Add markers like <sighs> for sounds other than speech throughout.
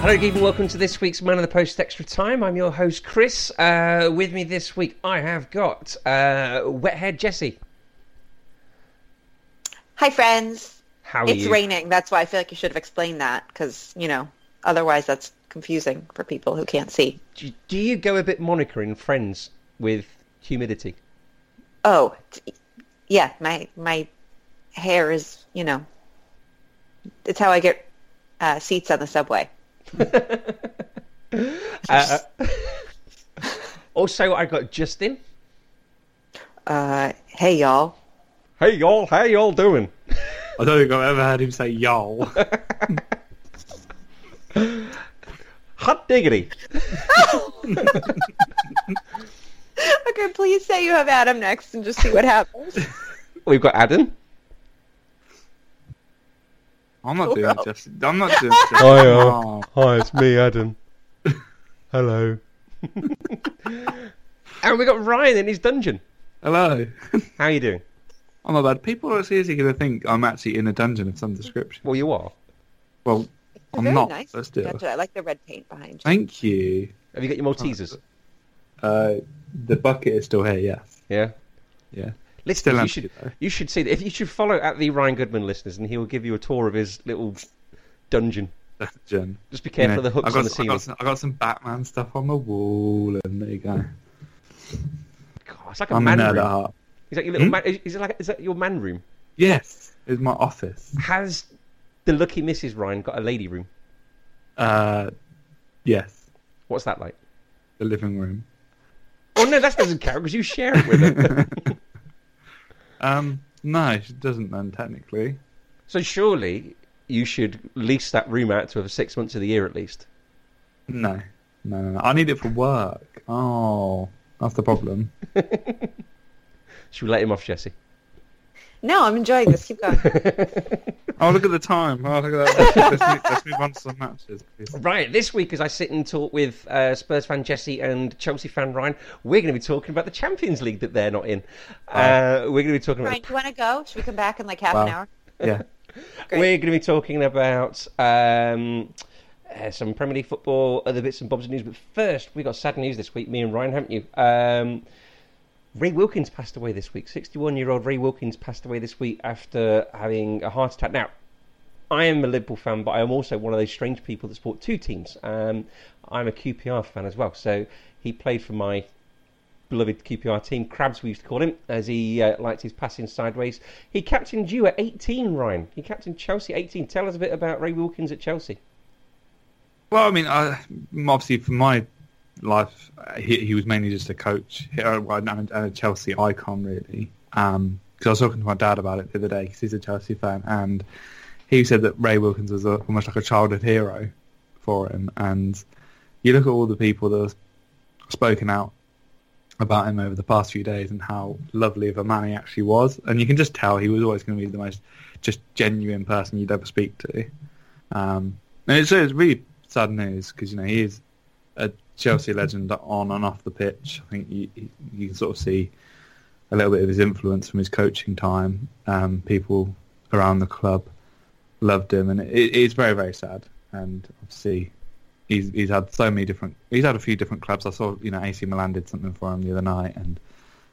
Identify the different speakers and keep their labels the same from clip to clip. Speaker 1: Hello, Geek, and welcome to this week's Man of the Post Extra Time. I'm your host, Chris. Uh, with me this week, I have got uh, Wet Hair Jesse.
Speaker 2: Hi, friends.
Speaker 1: How are
Speaker 2: it's
Speaker 1: you?
Speaker 2: raining. That's why I feel like you should have explained that because, you know, otherwise that's confusing for people who can't see.
Speaker 1: Do, do you go a bit moniker in Friends with humidity?
Speaker 2: Oh, t- yeah, my my hair is, you know, it's how I get uh, seats on the subway.
Speaker 1: Uh, also, I got Justin.
Speaker 2: Uh, hey, y'all. <laughs>
Speaker 1: Hey y'all, how y'all doing?
Speaker 3: I don't think I've ever heard him say y'all.
Speaker 1: Hot diggity.
Speaker 2: Okay, please say you have Adam next and just see what
Speaker 3: <laughs>
Speaker 2: happens.
Speaker 1: We've got Adam.
Speaker 3: <laughs> I'm not doing it justice. I'm not doing it justice.
Speaker 4: Hi,
Speaker 3: <laughs>
Speaker 4: uh,
Speaker 3: Oh.
Speaker 4: hi, it's me, Adam. Hello.
Speaker 1: And we got Ryan in his dungeon.
Speaker 3: Hello. <laughs>
Speaker 1: How you doing?
Speaker 3: Oh my bad. People are seriously going to think I'm actually in a dungeon of some description.
Speaker 1: Well, you are.
Speaker 3: Well, I'm
Speaker 2: Very
Speaker 3: not.
Speaker 2: nice.
Speaker 3: Let's do it.
Speaker 2: Gotcha. I like the red paint behind you.
Speaker 3: Thank you.
Speaker 1: Have you got your Maltesers?
Speaker 3: Uh, the bucket is still here. Yes.
Speaker 1: Yeah.
Speaker 3: Yeah.
Speaker 1: Listeners,
Speaker 3: Still
Speaker 1: you
Speaker 3: empty,
Speaker 1: should
Speaker 3: though.
Speaker 1: you should see that. If you should follow at the Ryan Goodman listeners, and he will give you a tour of his little dungeon.
Speaker 3: Dungeon.
Speaker 1: Just be careful of the hooks
Speaker 3: I got,
Speaker 1: on the
Speaker 3: I
Speaker 1: ceiling.
Speaker 3: got, some, I got some Batman stuff on the wall, and there you go.
Speaker 1: God, it's like a
Speaker 3: I'm a
Speaker 1: man
Speaker 3: nerd at
Speaker 1: room.
Speaker 3: heart.
Speaker 1: Is that your little
Speaker 3: Hmm?
Speaker 1: man? Is, is it like is that your man room?
Speaker 3: Yes, it's my office.
Speaker 1: Has the lucky Mrs. Ryan got a lady room?
Speaker 3: Uh, yes,
Speaker 1: What's that like?
Speaker 3: the living room.
Speaker 1: Oh no, that doesn't count because you share it with
Speaker 3: <laughs>
Speaker 1: her.
Speaker 3: Um, no, she doesn't then technically.
Speaker 1: so surely you should lease that room out to her for six months of the year at least.
Speaker 3: No, no, no, no. I need it for work. Oh, that's the problem.
Speaker 1: Should we let him off, Jesse?
Speaker 2: No, I'm enjoying this. Keep
Speaker 3: <laughs>
Speaker 2: going.
Speaker 3: Oh, look at the time. Oh, look at that. let's, move, let's move on to some matches, please.
Speaker 1: Right, this week as I sit and talk with uh, Spurs fan Jesse and Chelsea fan Ryan, we're going to be talking about the Champions League that they're not in. Uh, we're going to be talking about
Speaker 2: Ryan, do you want to go? Should we come back in like half
Speaker 3: Wow.
Speaker 2: an hour?
Speaker 3: Yeah.
Speaker 2: Great.
Speaker 1: We're going to be talking about um, uh, some Premier League football, other bits and bobs of news. But first, we got sad news this week, me and Ryan, haven't you? Um, Ray Wilkins passed away this week. 61 year old Ray Wilkins passed away this week after having a heart attack. Now, I am a Liverpool fan, but I am also one of those strange people that support two teams. Um, I'm a QPR fan as well. So he played for my beloved QPR team, Crabs we used to call him, as he uh, liked his passing sideways. He captained you at 18, Ryan. He captained Chelsea at 18. Tell us a bit about Ray Wilkins at Chelsea.
Speaker 3: Well, I mean, I, obviously for my life, uh, he, he was mainly just a coach He- uh, well, and a Chelsea icon, really. Because I was talking to my dad about it the other day, because he's a Chelsea fan, and he said that Ray Wilkins was a, almost like a childhood hero for him. And you look at all the people that have spoken out about him over the past few days and how lovely of a man he actually was, and you can just tell he was always going to be the most just genuine person you'd ever speak to. Um, and it's, it's really sad news because you know he is a Chelsea legend on and off the pitch. I think you, you- you can sort of see a little bit of his influence from his coaching time. Um, people around the club loved him, and it, it's very very sad. And obviously, he's he's had so many different. He's had a few different clubs. I saw you know AC Milan did something for him the other night, and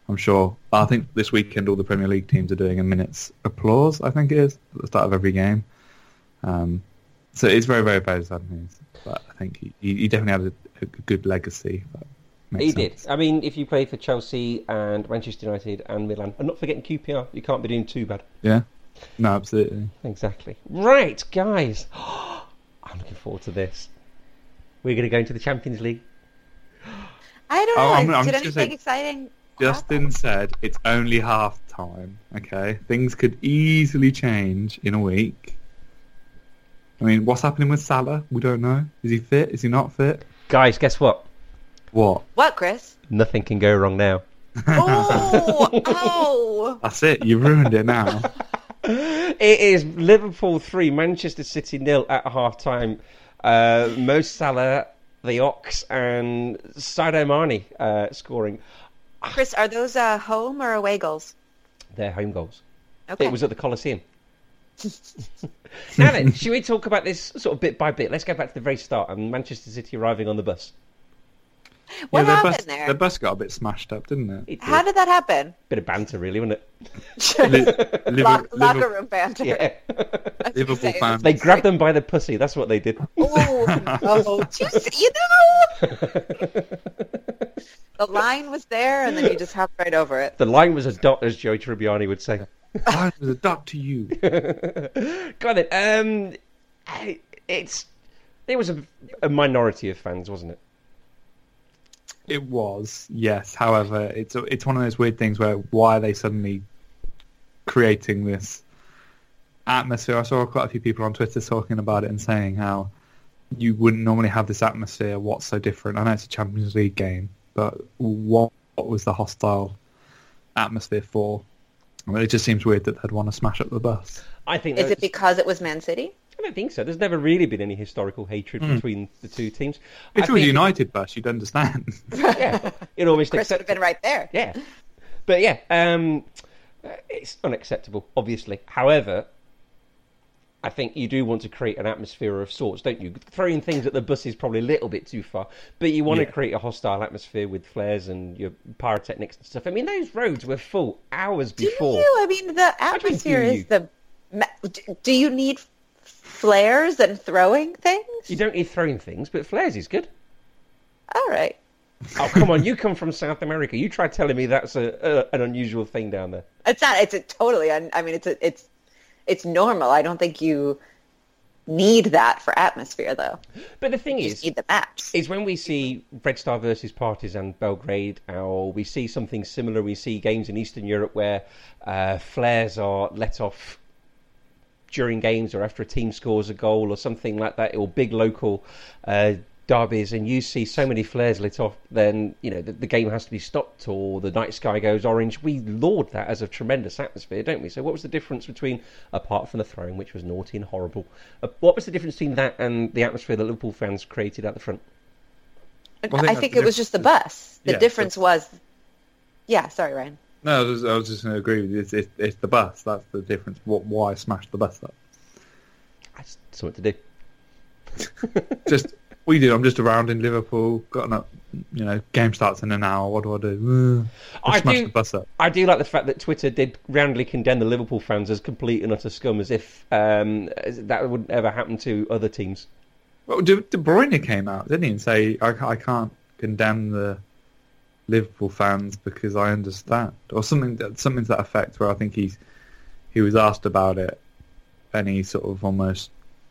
Speaker 3: I'm sure. I think this weekend all the Premier League teams are doing a minute's applause. I think it is at the start of every game. Um, so it's very, very bad sad news. But I think he, he definitely had a, a good legacy. But Makes
Speaker 1: He
Speaker 3: sense.
Speaker 1: did. I mean, if you play for Chelsea and Manchester United and Milan, and not forgetting QPR, you can't be doing too bad.
Speaker 3: Yeah. No, absolutely.
Speaker 1: Exactly. Right, guys. <gasps> I'm looking forward to this. We're going to go into the Champions League.
Speaker 2: I don't know.
Speaker 3: Oh, I'm- I'm
Speaker 2: Did
Speaker 3: just
Speaker 2: anything
Speaker 3: saying-
Speaker 2: exciting?
Speaker 3: Justin said it's only half time. Okay, things could easily change in a week. I mean, what's happening with Salah? We don't know. Is he fit? Is he not fit?
Speaker 1: Guys, guess what?
Speaker 3: What?
Speaker 2: What, Chris?
Speaker 1: Nothing can go wrong now.
Speaker 2: Oh, oh.
Speaker 3: That's it. You ruined
Speaker 2: <laughs>
Speaker 3: it now.
Speaker 1: It is Liverpool 3, Manchester City nil at half time. Uh, Mo Salah, the Ox, and Sadio Mane uh, scoring
Speaker 2: Chris, are those uh, home or away goals?
Speaker 1: their home goals.
Speaker 2: Okay.
Speaker 1: It was at the Coliseum. now then, should we talk about this sort of bit by bit? Let's go back to the very start and Manchester City arriving on the bus.
Speaker 2: what
Speaker 3: their
Speaker 2: happened
Speaker 3: bus,
Speaker 2: there?
Speaker 3: Their bus got a bit smashed up, didn't it?
Speaker 1: It
Speaker 2: How
Speaker 1: did.
Speaker 2: did that happen?
Speaker 1: Bit of banter, really, wasn't it?
Speaker 2: <laughs>
Speaker 3: Li- Liver-
Speaker 2: Lock, locker
Speaker 3: Liver-
Speaker 2: room
Speaker 1: <laughs>
Speaker 2: banter.
Speaker 1: Yeah.
Speaker 3: Liverpool fans.
Speaker 1: they grabbed them by the pussy. That's what they did. <laughs>
Speaker 2: Oh, oh, did you see- you know, the line was there, and then you just hopped right over it.
Speaker 1: The line was a dot, as Joe Tribbiani would say.
Speaker 3: I was a duck to you.
Speaker 1: Got it. Um, I- it's it was a, a minority of fans, wasn't it?
Speaker 3: It was, yes. However, it's it's one of those weird things where why are they suddenly creating this atmosphere? I saw quite a few people on Twitter talking about it and saying how you wouldn't normally have this atmosphere. What's so different? I know it's a Champions League game, but what, what was the hostile atmosphere for? I mean, it just seems weird that they'd want to smash up the bus.
Speaker 1: I think
Speaker 2: Is
Speaker 1: that-
Speaker 2: it because it was Man City?
Speaker 1: I don't think so. There's never really been any historical hatred between the two teams. I
Speaker 3: If Hmm. it was
Speaker 1: think-
Speaker 3: United bus, you'd understand.
Speaker 1: <laughs>
Speaker 3: <laughs>
Speaker 1: yeah, it almost
Speaker 2: Chris would have
Speaker 1: accepted.
Speaker 2: been right there.
Speaker 1: Yeah, but yeah, um, uh, it's unacceptable, obviously. However, I think you do want to create an atmosphere of sorts, don't you? Throwing things at the bus is probably a little bit too far, but you want
Speaker 3: Yeah.
Speaker 1: to create a hostile atmosphere with flares and your pyrotechnics and stuff. I mean, those roads were full hours
Speaker 2: Do
Speaker 1: before.
Speaker 2: you? I mean, the
Speaker 1: do you
Speaker 2: atmosphere
Speaker 1: you?
Speaker 2: is the. ma- d- Do you need flares and throwing things?
Speaker 1: You don't need throwing things, but flares is good.
Speaker 2: All right.
Speaker 1: Oh come on! You come from South America. You try telling me that's a, a an unusual thing down there.
Speaker 2: It's not. It's a totally. Un, I mean, it's a, it's it's normal. I don't think you need that for atmosphere, though.
Speaker 1: But the thing
Speaker 2: You
Speaker 1: is,
Speaker 2: just need the maps.
Speaker 1: is when we see Red Star versus Partizan Belgrade, or we see something similar. We see games in Eastern Europe where uh, flares are let off during games or after a team scores a goal or something like that, or big local uh, derbies, and you see so many flares lit off, then you know the, the game has to be stopped or the night sky goes orange. We laud that as a tremendous atmosphere, don't we? So, what was the difference between, apart from the throwing, which was naughty and horrible, uh, what was the difference between that and the atmosphere that Liverpool fans created at the front?
Speaker 3: Well, I think
Speaker 2: I
Speaker 3: that's
Speaker 2: think
Speaker 3: the
Speaker 2: it was
Speaker 3: difference.
Speaker 2: just the bus. The
Speaker 3: Yeah,
Speaker 2: difference
Speaker 3: so-
Speaker 2: was. Yeah. Sorry, Ryan.
Speaker 3: No, I was, I was just going to agree with you. It's, it's, it's the bus. That's the difference. What? Why smash the bus up?
Speaker 1: That's something to do.
Speaker 3: just we do. I'm just around in Liverpool. Got up. You know, game starts in an hour. What do I do? Uh,
Speaker 1: I
Speaker 3: smash
Speaker 1: do-
Speaker 3: the bus up.
Speaker 1: I do like the fact that Twitter did roundly condemn the Liverpool fans as complete and utter scum, as if um, as that wouldn't ever happen to other teams.
Speaker 3: Well, De, De Bruyne came out, didn't he, and say, I, ca- I can't condemn the Liverpool fans because I understand, or something that something to that effect. Where I think he's he was asked about it, and he sort of almost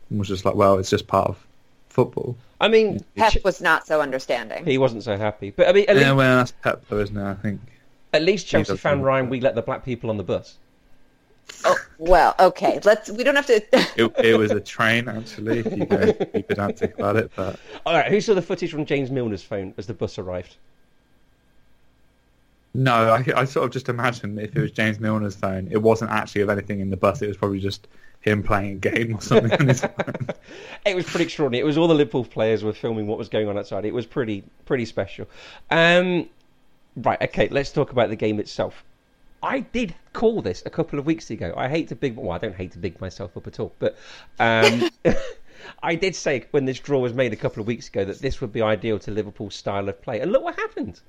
Speaker 3: was just like, well, it's just part of football.
Speaker 1: I mean,
Speaker 2: Pep
Speaker 1: Ch-
Speaker 2: was not so understanding.
Speaker 1: he wasn't so happy. But I mean, at,
Speaker 3: yeah,
Speaker 1: least,
Speaker 3: well, that's Pep, though, isn't it? I think.
Speaker 1: at least Chelsea
Speaker 3: doesn't
Speaker 1: fan
Speaker 3: want
Speaker 1: Ryan, we let the black people on the bus.
Speaker 2: Oh, well, okay. Let's. We don't have to. <laughs>
Speaker 3: It, it was a train, actually, if you go be pedantic about it. But
Speaker 1: All right, who saw the footage from James Milner's phone as the bus arrived?
Speaker 3: No, I, I sort of just imagined if it was James Milner's phone, it wasn't actually of anything in the bus. It was probably just him playing a game or something. on his phone.
Speaker 1: It was pretty extraordinary. It was all the Liverpool players were filming what was going on outside. It was pretty pretty special. Um, right, okay, let's talk about the game itself. I did call this a couple of weeks ago. I hate to big well, I don't hate to big myself up at all, but um, <laughs> I did say when this draw was made a couple of weeks ago that this would be ideal to Liverpool's style of play. And look what happened.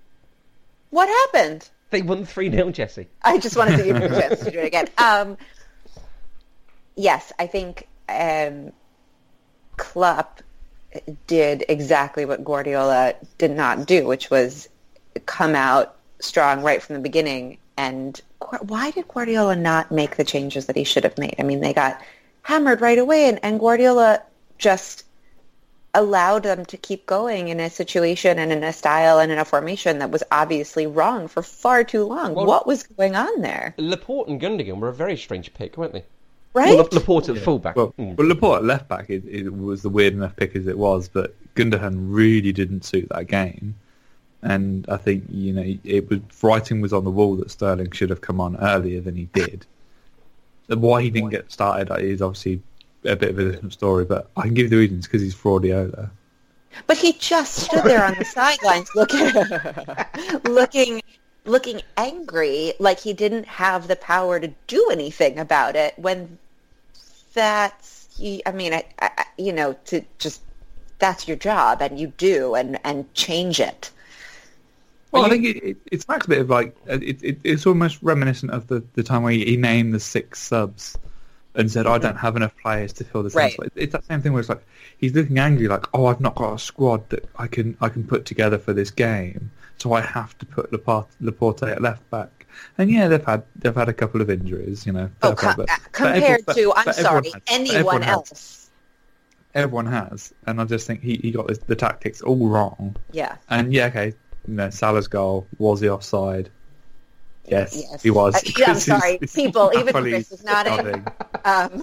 Speaker 2: what happened?
Speaker 1: They won 3 0, Jesse.
Speaker 2: I just wanted to give you a chance to do it again. Um, yes, I think um, Klopp did exactly what Guardiola did not do, which was come out strong right from the beginning. And Guar- why did Guardiola not make the changes that he should have made? I mean, they got hammered right away, and, and Guardiola just allowed them to keep going in a situation and in a style and in a formation that was obviously wrong for far too long.
Speaker 1: Well-
Speaker 2: what was going on there?
Speaker 1: Laporte and Gundogan were a very strange pick, weren't they?
Speaker 2: Right?
Speaker 1: Well, Laporte at fullback.
Speaker 3: Well,
Speaker 1: Mm.
Speaker 3: well, Laporte at left back is, is, was the weird enough pick as it was, but Gundogan really didn't suit that game, and I think you know it was writing was on the wall that Sterling should have come on earlier than he did. And Why he didn't get started is obviously a bit of a different story, but I can give you the reasons because he's fraudiola.
Speaker 2: But he just stood there on the sidelines
Speaker 3: <laughs>
Speaker 2: looking looking looking angry like he didn't have the power to do anything about it when that's he I mean I, I I- you know to just that's your job and you do and and change it.
Speaker 3: Well, I think it, it, it smacks a bit of like uh, it, it, it's almost reminiscent of the, the time where he named the six subs and said, "I don't have enough players to fill this."
Speaker 2: Mm-hmm. Right.
Speaker 3: spot." It's that same thing where it's like he's looking angry, like, "Oh, I've not got a squad that I can I can put together for this game, so I have to put Laporte, Laporte at left back." And yeah, they've had they've had a couple of injuries, you know.
Speaker 2: Oh,
Speaker 3: fair play,
Speaker 2: com-
Speaker 3: but-
Speaker 2: uh,
Speaker 3: but
Speaker 2: compared
Speaker 3: everyone- but-
Speaker 2: to I'm
Speaker 3: but
Speaker 2: sorry
Speaker 3: everyone has- but everyone
Speaker 2: anyone
Speaker 3: has.
Speaker 2: else.
Speaker 3: Everyone has, and I just think he, he got this, the tactics all wrong. <laughs>
Speaker 2: Yeah.
Speaker 3: And yeah, okay, you know, Salah's goal was the offside. Yes,
Speaker 2: Yes.
Speaker 3: he was.
Speaker 2: Uh, yeah,
Speaker 3: <laughs>
Speaker 2: I'm sorry. People, even
Speaker 3: Napoli
Speaker 2: Chris is nodding.
Speaker 3: nodding.
Speaker 2: Um,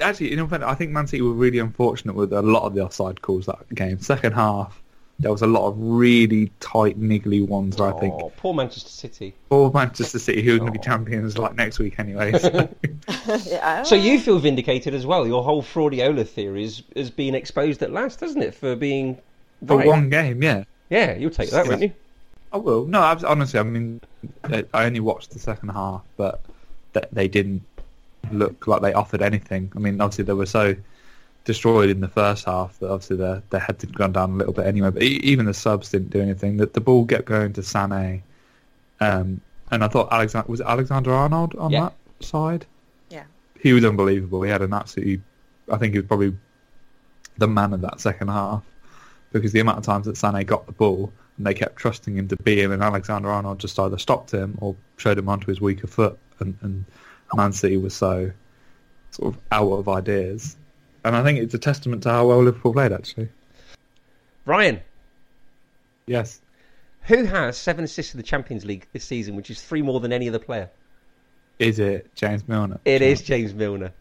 Speaker 3: Actually, in all fairness, I think Man City were really unfortunate with a lot of the offside calls that game. Second half, there was a lot of really tight, niggly ones where I think
Speaker 1: Oh, poor Manchester City.
Speaker 3: all Manchester City, who are
Speaker 2: Oh.
Speaker 3: going to be champions like next week
Speaker 2: <laughs>
Speaker 3: anyway. So. <laughs>
Speaker 2: yeah. oh,
Speaker 1: So you feel vindicated as well. Your whole fraudiola theory is, is being exposed at last, isn't it? For being
Speaker 3: For
Speaker 1: right.
Speaker 3: one game, yeah.
Speaker 1: Yeah, you'll take that, won't you?
Speaker 3: I will. No, I was, honestly, I mean, I I only watched the second half, but th- they didn't look like they offered anything. I mean, obviously they were so destroyed in the first half that obviously their their heads had gone down a little bit anyway. But e- even the subs didn't do anything. That the ball kept going to Sané, um, and I thought Alexander was it Alexander Arnold on
Speaker 1: Yeah.
Speaker 3: that side.
Speaker 2: Yeah.
Speaker 3: He was unbelievable. He had an absolutely. I think he was probably the man of that second half because the amount of times that Sané got the ball and they kept trusting him to be him, and Alexander Arnold just either stopped him or showed him onto his weaker foot, and, and Man City was so sort of out of ideas. And I think it's a testament to how well Liverpool played, actually.
Speaker 1: Ryan,
Speaker 3: Yes.
Speaker 1: who has seven assists in the Champions League this season, which is three more than any other player?
Speaker 3: Is it James Milner?
Speaker 1: It is James Milner.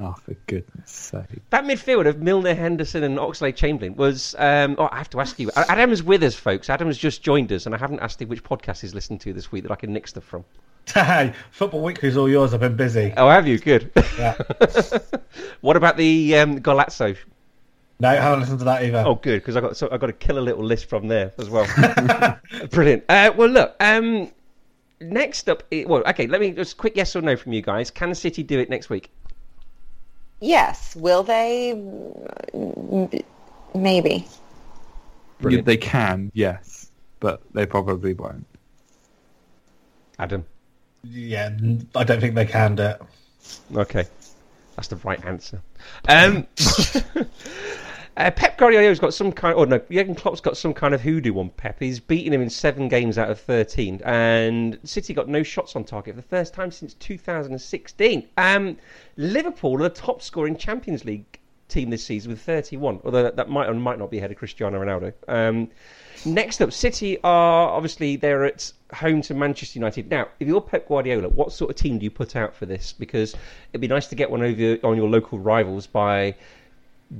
Speaker 3: Oh, for goodness sake.
Speaker 1: That midfield of Milner, Henderson, and Oxlade Chamberlain was. Um, oh, I have to ask you. Adam's with us, folks. Adam's just joined us, and I haven't asked him which podcast he's listened to this week that I can nick stuff from.
Speaker 5: <laughs> Hey, Football Weekly's all yours. I've been busy.
Speaker 1: Oh, have you? Good.
Speaker 5: Yeah.
Speaker 1: <laughs> what about the um, Golazzo?
Speaker 5: No, I haven't listened to that either.
Speaker 1: Oh, good, because I got so I got a killer little list from there as well. <laughs> Brilliant. Uh, well, look. Um, next up, i- well, okay. Let me just quick yes or no from you guys. Can City do it next week?
Speaker 2: Yes. Will they? M- Maybe.
Speaker 1: Brilliant.
Speaker 3: They can, yes, but they probably won't.
Speaker 1: Adam.
Speaker 5: Yeah, n- I don't think they can do it.
Speaker 1: Okay, that's the right answer. Um, <laughs> uh, Pep Guardiola's got some kind. Or no, Jurgen Klopp's got some kind of hoodoo on Pep. He's beaten him in seven games out of thirteen, and City got no shots on target for the first time since 2016. Um, Liverpool are the top scoring Champions League team this season with 31. Although that, that might or might not be ahead of Cristiano Ronaldo. Um, next up, City are obviously they're at home to Manchester United. Now, if you're Pep Guardiola, what sort of team do you put out for this? Because it'd be nice to get one over on your local rivals by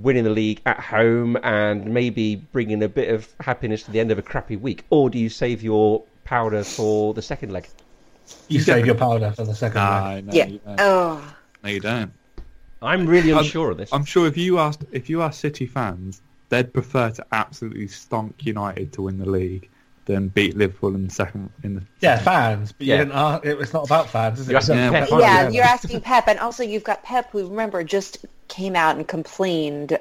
Speaker 1: winning the league at home and maybe bringing a bit of happiness to the end of a crappy week. Or do you save your powder for the second leg?
Speaker 5: You save your powder for the second one.
Speaker 3: No, no,
Speaker 2: yeah.
Speaker 3: you don't.
Speaker 2: Oh.
Speaker 3: Ah. no, you don't.
Speaker 1: I'm really unsure of this.
Speaker 3: I'm sure if you asked if you asked City fans, they'd prefer to absolutely stonk United to win the league than beat Liverpool in the second in the
Speaker 5: Yeah, fans. But
Speaker 1: Yeah.
Speaker 5: you didn't ask, it, it's not about fans, is it?
Speaker 1: You're asking
Speaker 5: It's
Speaker 1: Pep.
Speaker 5: about
Speaker 2: Oh, yeah,
Speaker 5: Guardiola.
Speaker 2: you're asking Pep, and also you've got Pep, who remember just came out and complained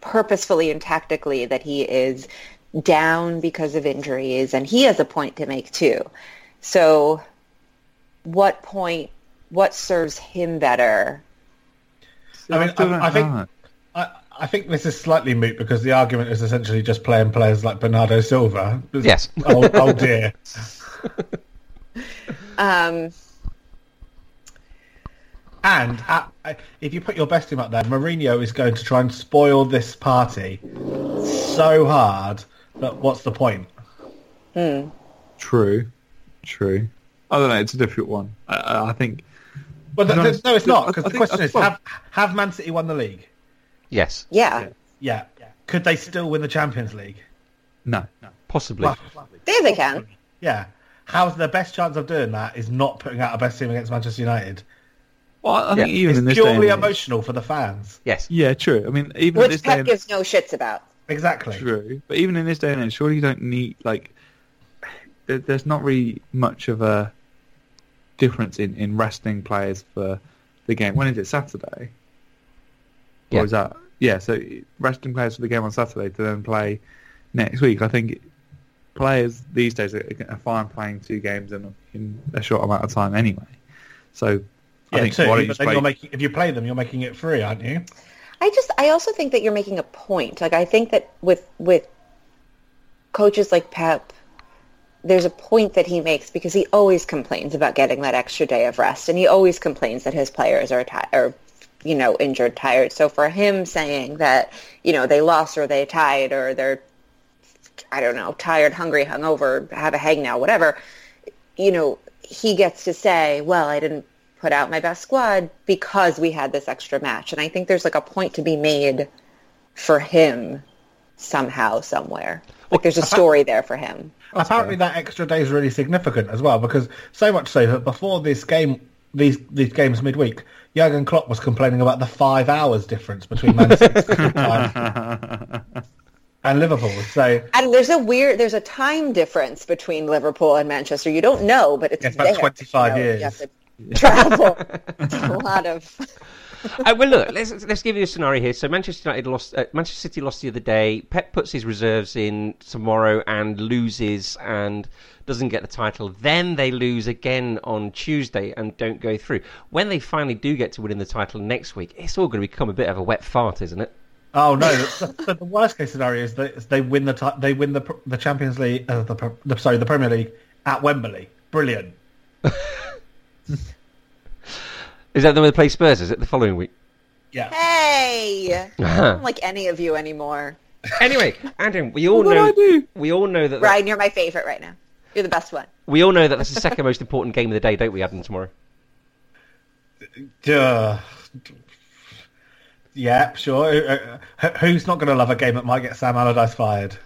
Speaker 2: purposefully and tactically that he is down because of injuries, and he has a point to make too. So, what point? What serves him better?
Speaker 5: I mean,
Speaker 3: still
Speaker 5: I-
Speaker 3: don't
Speaker 5: I think-
Speaker 3: know.
Speaker 5: I, I think this is slightly moot because the argument is essentially just playing players like Bernardo Silva.
Speaker 1: Yes.
Speaker 5: <laughs> oh, oh dear.
Speaker 2: Um,
Speaker 5: And uh, if you put your best team up there, Mourinho is going to try and spoil this party so hard that what's the point?
Speaker 3: True, true. I don't know. It's a difficult one. I- I, I think
Speaker 5: But th-
Speaker 3: No,
Speaker 5: th- no, it's not.
Speaker 3: I- I
Speaker 5: Because the
Speaker 3: think-
Speaker 5: question
Speaker 3: I-
Speaker 5: is, have, have Man City won the league?
Speaker 1: Yes,
Speaker 2: yeah.
Speaker 5: Yeah. Could they still win the Champions League?
Speaker 3: no. no.
Speaker 1: possibly.
Speaker 2: There they can.
Speaker 5: Yeah. How's their best chance of doing that is not putting out a best team against Manchester United.
Speaker 3: Well, I I think
Speaker 1: Yeah.
Speaker 3: even in this
Speaker 5: It's
Speaker 3: day and
Speaker 5: purely
Speaker 3: age-
Speaker 5: emotional for the fans.
Speaker 1: Yes.
Speaker 3: Yeah, true. I mean, even in
Speaker 2: Which
Speaker 3: this day
Speaker 2: Pep
Speaker 3: and
Speaker 2: gives no shits about.
Speaker 5: Exactly.
Speaker 3: True, but even in this day and age, surely you don't need like. there- There's not really much of a difference in in resting players for the game. When is it Saturday?
Speaker 1: Yeah.
Speaker 3: Or is that yeah? So resting players for the game on Saturday to then play next week. I think players these days are, are fine playing two games in, in a short amount of time anyway. So I
Speaker 5: Yeah,
Speaker 3: think
Speaker 5: too,
Speaker 3: why don't you
Speaker 5: but
Speaker 3: just
Speaker 5: then you're
Speaker 3: play-
Speaker 5: making, if you play them, you're making it free, aren't you?
Speaker 2: I just I also think that you're making a point. Like I think that with with coaches like Pep, there's a point that he makes because he always complains about getting that extra day of rest, and he always complains that his players are ti or you know injured, tired. So for him saying that you know they lost or they tied or they're I don't know tired, hungry, hungover, have a hang now, whatever, you know he gets to say, well, I didn't put out my best squad because we had this extra match. And I think there's like a point to be made for him somehow, somewhere. Like there's a story there for him.
Speaker 5: Apparently, that extra day is really significant as well because so much so that before this game, these these games midweek, Jurgen Klopp was complaining about the five hours difference between Man City's time
Speaker 3: <laughs>
Speaker 5: and Liverpool. So
Speaker 2: And there's a weird, there's a time difference between Liverpool and Manchester. You don't know, but it's
Speaker 5: It's about
Speaker 2: there,
Speaker 5: 25
Speaker 2: you know,
Speaker 5: years.
Speaker 2: You have to
Speaker 5: <laughs>
Speaker 2: travel. It's a lot of.
Speaker 1: uh, well, look, let's let's give you a scenario here. So Manchester United lost. Uh, Manchester City lost the other day. Pep puts his reserves in tomorrow and loses and doesn't get the title. Then they lose again on Tuesday and don't go through. When they finally do get to winning the title next week, it's all going to become a bit of a wet fart, isn't it?
Speaker 5: Oh no! the, the- the worst case scenario is that they win the ti- they win the pr- the Champions League, uh, the, pr- the sorry, the Premier League at Wembley. Brilliant.
Speaker 1: Is that the way they play Spurs? Is it the following week?
Speaker 5: Yeah.
Speaker 2: Hey, I don't like any of you anymore.
Speaker 1: <laughs> Anyway, Andrew, we all
Speaker 3: What did
Speaker 1: know.
Speaker 3: I do?
Speaker 1: We all know that. that-
Speaker 2: Ryan, you're my favorite right now. You're the best one.
Speaker 1: we all know that that's the second most important game of the day, don't we, Adam? Tomorrow.
Speaker 5: Duh. Yeah, sure. Uh, uh, Who's not going to love a game that might get Sam Allardyce fired?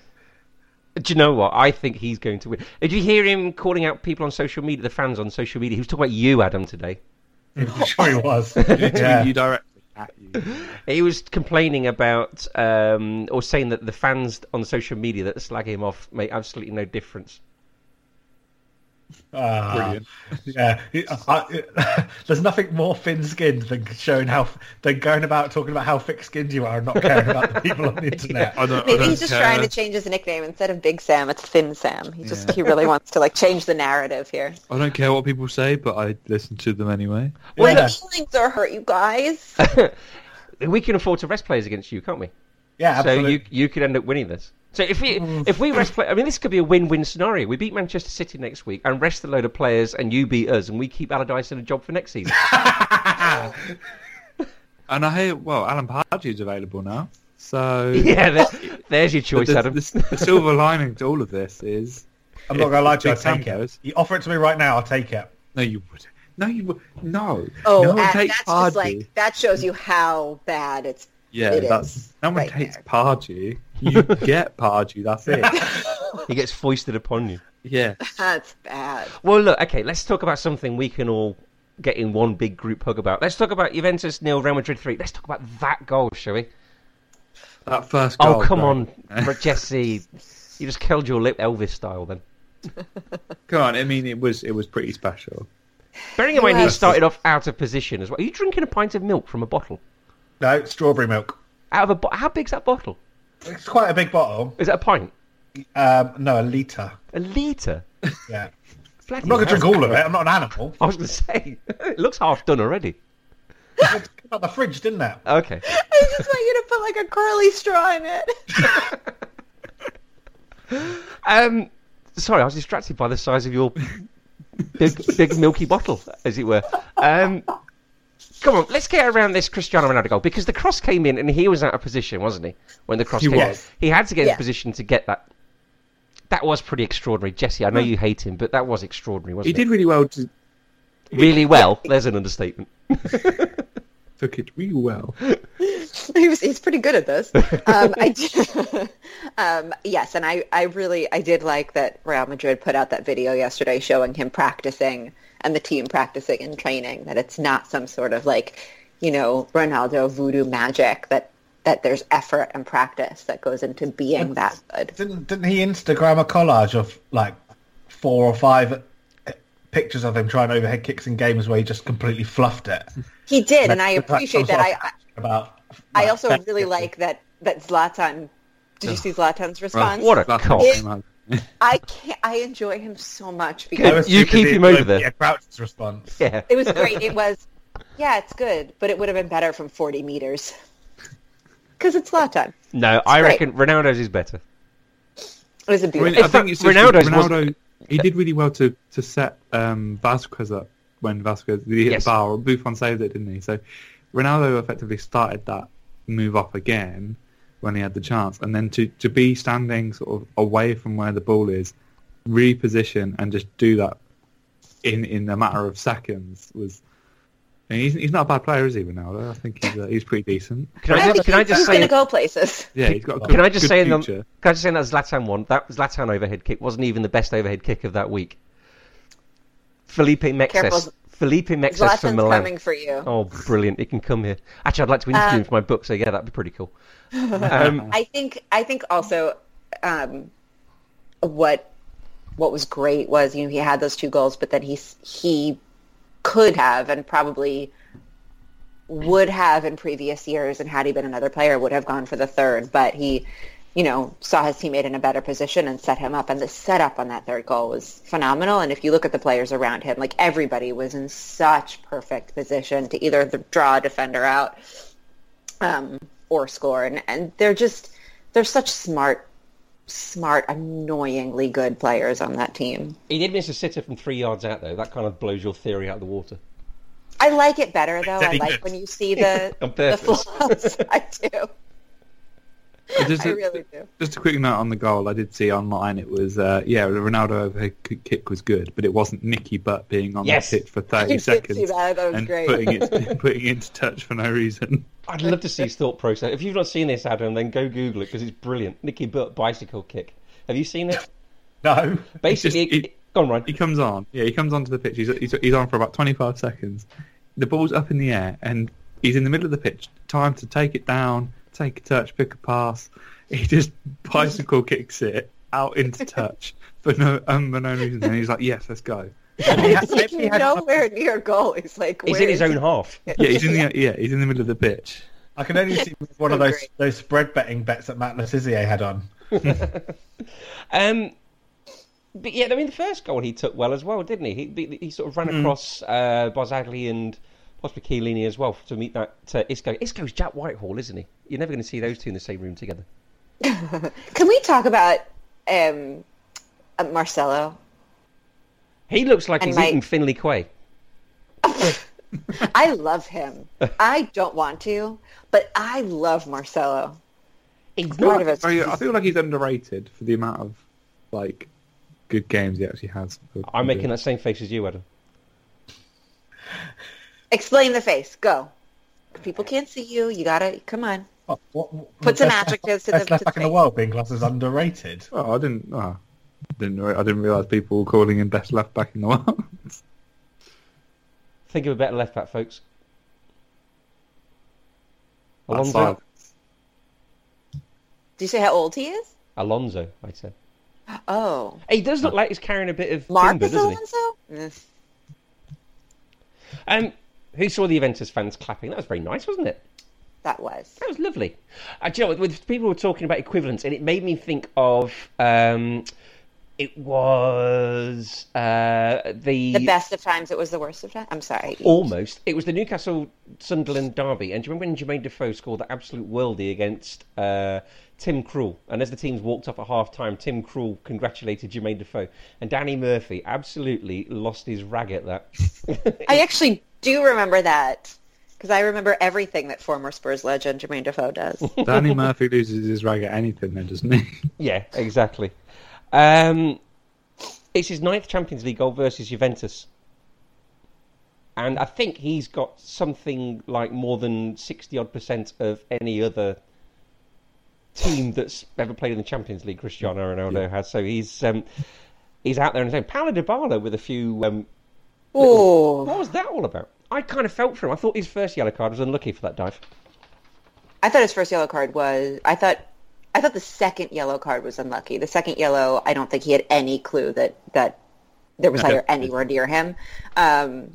Speaker 1: Do you know what? I think he's going to win. Did you hear him calling out people on social media, the fans on social media? He was talking about you, Adam, today.
Speaker 5: I'm sure he was.
Speaker 3: Tweet
Speaker 5: Yeah.
Speaker 3: <laughs> you directly at you.
Speaker 1: He was complaining about, um, or saying that the fans on social media that slag him off make absolutely no difference.
Speaker 5: Ah,
Speaker 3: Brilliant.
Speaker 5: yeah. I, I, <laughs> there's nothing more thin-skinned than showing how than going about talking about how thick-skinned you are and not caring about the
Speaker 3: <laughs>
Speaker 5: people on the internet.
Speaker 3: I don't, I
Speaker 2: Maybe
Speaker 3: don't
Speaker 2: he's just
Speaker 3: care.
Speaker 2: trying to change his nickname instead of Big Sam. It's Thin Sam. He just he really wants to like change the narrative here.
Speaker 3: I don't care what people say, but I listen to them anyway.
Speaker 2: My
Speaker 5: Yeah.
Speaker 2: feelings are hurt, you guys.
Speaker 1: We can afford to rest players against you, can't we?
Speaker 5: Yeah, absolutely.
Speaker 1: So you you could end up winning this. So if we if we rest play, I mean, this could be a win-win scenario. We beat Manchester City next week and rest a load of players, and you beat us, and we keep Allardyce in a job for next season.
Speaker 3: And I hear, well, Alan Pardew's available now. So
Speaker 1: <laughs> <laughs> yeah, there, there's your
Speaker 3: the,
Speaker 1: choice,
Speaker 3: the,
Speaker 1: Adam.
Speaker 3: the- the silver lining to all of this is
Speaker 5: I'm not going to lie to you. I
Speaker 3: Big Sam
Speaker 5: take it.
Speaker 3: goes.
Speaker 5: You offer it to me right now. I'll take it.
Speaker 3: no, you would, no, you would, no.
Speaker 2: Oh,
Speaker 3: no one
Speaker 2: and
Speaker 3: takes
Speaker 2: that's
Speaker 3: Pardew.
Speaker 2: just like that shows you how bad it's.
Speaker 3: yeah,
Speaker 2: it
Speaker 3: that's
Speaker 2: is
Speaker 3: no one
Speaker 2: right
Speaker 3: takes
Speaker 2: there.
Speaker 3: Pardew.
Speaker 1: <laughs>
Speaker 3: You get Pardew. That's it.
Speaker 1: He gets foisted upon you.
Speaker 3: yeah,
Speaker 2: That's
Speaker 3: <laughs>
Speaker 2: bad.
Speaker 1: Well, look, okay, let's talk about something we can all get in one big group hug about. Let's talk about Juventus nil, Real Madrid three. Let's talk about that goal, shall we?
Speaker 3: that first
Speaker 1: Oh,
Speaker 3: goal.
Speaker 1: come
Speaker 3: though.
Speaker 1: on, <laughs> Jesse, you just curled your lip Elvis style then.
Speaker 3: come on. I mean, it was it was pretty special.
Speaker 1: Bearing in mind he
Speaker 2: Yes.
Speaker 1: started off out of position as well. Are you drinking a pint of milk from a bottle?
Speaker 5: No, strawberry milk.
Speaker 1: Out of a bo- how big's that bottle?
Speaker 5: It's quite a big bottle.
Speaker 1: Is that a pint?
Speaker 5: Um, no, a litre.
Speaker 1: A liter?
Speaker 5: Yeah.
Speaker 1: Bloody
Speaker 5: I'm not going to
Speaker 1: hell.
Speaker 5: drink
Speaker 1: <laughs>
Speaker 5: all of it. I'm not an animal.
Speaker 1: I was going to say it looks half done already.
Speaker 5: It came out the fridge, didn't it?
Speaker 1: Okay.
Speaker 2: They just want you to put like a curly straw in it.
Speaker 1: Um, sorry, I was distracted by the size of your big, big milky bottle, as it were. Um, come on, let's get around this Cristiano Ronaldo goal because the cross came in and he was out of position, wasn't he? When the cross
Speaker 3: He
Speaker 1: came in,
Speaker 3: was.
Speaker 1: he had to get
Speaker 2: Yeah.
Speaker 1: in position to get that. That was pretty extraordinary, Jesse. I know you hate him, but that was extraordinary,
Speaker 3: He
Speaker 1: wasn't
Speaker 3: did really well. To,
Speaker 1: it? Really well. There's an understatement.
Speaker 3: took it really well.
Speaker 2: <laughs> He was, he's pretty good at this. Um, I did, <laughs> um, yes, and I, I really I did like that Real Madrid put out that video yesterday showing him practicing and the team practicing and training. That it's not some sort of like you know Ronaldo voodoo magic. That that there's effort and practice that goes into being that good.
Speaker 5: Didn't didn't he Instagram a collage of like four or five eh, pictures of him trying overhead kicks in games where he just completely fluffed it?
Speaker 2: He did, and I
Speaker 5: It's like some
Speaker 2: appreciate that.
Speaker 5: sort
Speaker 2: I
Speaker 5: of about
Speaker 2: I
Speaker 5: like,
Speaker 2: also
Speaker 5: that-
Speaker 2: really like that that Zlatan. Did you see Zlatan's response?
Speaker 1: What a
Speaker 3: That's
Speaker 1: cock.
Speaker 3: what came out.
Speaker 2: I can't, I enjoy him so much
Speaker 5: I
Speaker 2: because
Speaker 5: was
Speaker 1: You
Speaker 5: too
Speaker 1: keep
Speaker 5: busy
Speaker 1: him over
Speaker 5: with
Speaker 1: there.
Speaker 5: Yeah, Crouch's response.
Speaker 1: Yeah.
Speaker 2: it was great. It was, yeah, it's good, but it would have been better from 40 meters because it's Zlatan.
Speaker 1: No, I
Speaker 2: great.
Speaker 1: reckon Ronaldo's is better.
Speaker 2: It was a
Speaker 3: I mean,
Speaker 2: beautiful.
Speaker 3: I
Speaker 1: It's not-
Speaker 3: think it's just
Speaker 1: Ronaldo's
Speaker 3: Ronaldo. He did really well to to set um, Vasquez up when Vasquez he hit
Speaker 1: Yes.
Speaker 3: the bar. Buffon saved it, didn't he? So Ronaldo effectively started that move up again when he had the chance, and then to to be standing sort of away from where the ball is, reposition and just do that in in a matter of seconds was. I mean, he's he's not a bad player, is he, Ronaldo? I think he's uh, he's pretty decent.
Speaker 1: Can I,
Speaker 2: think
Speaker 1: can I
Speaker 2: he's-
Speaker 1: just
Speaker 2: he's
Speaker 1: say?
Speaker 2: going to go places.
Speaker 3: Yeah, he's got. A good,
Speaker 1: Can I just
Speaker 3: good
Speaker 1: say in the,
Speaker 3: future.
Speaker 1: can I just say in that Zlatan one that Zlatan overhead kick wasn't even the best overhead kick of that week. Felipe Mexes,
Speaker 2: Careful.
Speaker 1: Felipe Mexes from
Speaker 2: Zlatan's
Speaker 1: Milan.
Speaker 2: coming Uh, for you.
Speaker 1: Oh, brilliant! It can come here. Actually, I'd like to interview him for my book. So yeah, that'd be pretty cool.
Speaker 2: <laughs>
Speaker 1: Um,
Speaker 2: I think I think also um, what what was great was you know he had those two goals, but then he s- he could have and probably would have in previous years, and had he been another player, would have gone for the third. But he, you know, saw his teammate in a better position and set him up, and the setup on that third goal was phenomenal. And if you look at the players around him, like everybody was in such perfect position to either th- draw a defender out um, or score, and, and they're just they're such smart, smart, annoyingly good players on that team.
Speaker 1: he did miss a sitter from three yards out though. That kind of blows your theory out of the water.
Speaker 2: I like it better though. I
Speaker 5: Very
Speaker 2: like
Speaker 5: good.
Speaker 2: when you see the
Speaker 1: <laughs> On
Speaker 2: the
Speaker 1: purpose.
Speaker 2: flaws. <laughs> I do.
Speaker 3: Just
Speaker 2: I
Speaker 3: a-
Speaker 2: really do.
Speaker 3: Just a quick note on the goal. I did see online it was uh, yeah, the Ronaldo overhead k- kick was good, but it wasn't Nicky Butt being on
Speaker 1: Yes.
Speaker 3: the pitch
Speaker 1: <laughs>
Speaker 3: for
Speaker 2: I
Speaker 3: thirty
Speaker 2: did see
Speaker 3: seconds
Speaker 2: that. That was
Speaker 3: and
Speaker 2: great.
Speaker 3: putting it putting it into touch for no reason.
Speaker 1: I'd love to see his thought process. If you've not seen this, Adam, then go Google it because it's brilliant. Nicky Butt bicycle kick. Have you seen it? <laughs>
Speaker 5: No.
Speaker 1: Basically,
Speaker 3: just-
Speaker 1: it- go on, Ryan.
Speaker 3: He comes on, yeah, he comes onto the pitch. He's he's, he's on for about twenty five seconds. The ball's up in the air and he's in the middle of the pitch. Time to take it down, take a touch, pick a pass.
Speaker 1: <laughs>
Speaker 3: He just bicycle kicks it out into touch for no unknown reason, and he's like, "Yes, let's go."
Speaker 2: <laughs> It's like
Speaker 5: Maybe he had-
Speaker 2: nowhere near goal. He's like
Speaker 1: He's
Speaker 2: where
Speaker 1: in his
Speaker 2: is
Speaker 1: own
Speaker 2: he?
Speaker 1: half.
Speaker 3: Yeah, he's in the yeah, he's in the middle of the pitch.
Speaker 5: I can only
Speaker 2: <laughs>
Speaker 5: see one of
Speaker 2: So
Speaker 5: those
Speaker 2: great.
Speaker 5: those spread betting bets that Matt Letizier had on.
Speaker 1: Um, but yeah, I mean, the first goal he took well as well, didn't he? He, he, he sort of ran across uh, Bozagli and possibly Chiellini as well to meet that uh, Isco. Isco's Jack Whitehall, isn't he? You're never going to see those two in the same room together.
Speaker 2: Can we talk about um, uh, Marcelo?
Speaker 1: He looks like
Speaker 2: And
Speaker 1: he's
Speaker 2: my-
Speaker 1: eating Finley Quay.
Speaker 2: I
Speaker 1: <laughs>
Speaker 2: love him. I don't want to, but I love Marcelo.
Speaker 1: He's
Speaker 2: Part of
Speaker 1: not.
Speaker 2: it's
Speaker 3: I, I feel like he's underrated for the amount of like good games he actually has.
Speaker 1: I'm making that same face as you, Adam.
Speaker 2: Explain the face. Go. People can't see you. You gotta come on.
Speaker 5: What, what, what-
Speaker 2: Put some
Speaker 5: best-
Speaker 2: adjectives to
Speaker 5: best
Speaker 2: the-
Speaker 5: left
Speaker 2: to
Speaker 5: back in the
Speaker 2: the-
Speaker 5: world being classed as underrated.
Speaker 3: Oh, I didn't. Oh, didn't. re- I didn't realize people were calling him best left back in the world. <laughs>
Speaker 1: Think of a better left back, folks.
Speaker 3: Outside.
Speaker 1: Alonso. <laughs>
Speaker 2: Do you say how old he is?
Speaker 1: Alonso, I said.
Speaker 2: Oh,
Speaker 1: He does look like he's carrying a bit of timber,
Speaker 2: Marcus
Speaker 1: doesn't he?
Speaker 2: Alonso. Mm.
Speaker 1: Um, who saw the Juventus fans clapping? That was very nice, wasn't it?
Speaker 2: That was.
Speaker 1: That was lovely. Uh, do you know, what, with people were talking about equivalence, and it made me think of um, It was uh, the,
Speaker 2: The best of times, it was the worst of times. I'm sorry.
Speaker 5: Oh,
Speaker 1: almost. It was the Newcastle Sunderland derby, and do you remember when Jermaine Defoe scored the absolute worldie against uh, Tim Krul? And as the teams walked off at half time, Tim Krul congratulated Jermaine Defoe, and Danny Murphy absolutely lost his rag at that. <laughs>
Speaker 5: oh.
Speaker 2: I actually do remember that because I remember everything that former Spurs legend Jermaine Defoe
Speaker 5: <laughs>
Speaker 2: does.
Speaker 3: Danny Murphy loses his rag at anything, then doesn't he?
Speaker 1: Yeah, exactly. Um, it's his ninth Champions League goal versus Juventus. And I think he's got something like more than 60 odd percent of any other team that's ever played in the Champions League Cristiano Ronaldo has. So he's um, he's out there and saying, Paolo Dybala with a few. Um,
Speaker 2: Ooh,
Speaker 1: what was that all about? I kind of felt for him. I thought his first yellow card was unlucky for that dive.
Speaker 2: I thought his first yellow card was. I thought. I thought the second yellow card was unlucky. The second yellow, I don't think he had any clue that that there was either anywhere near him. Um,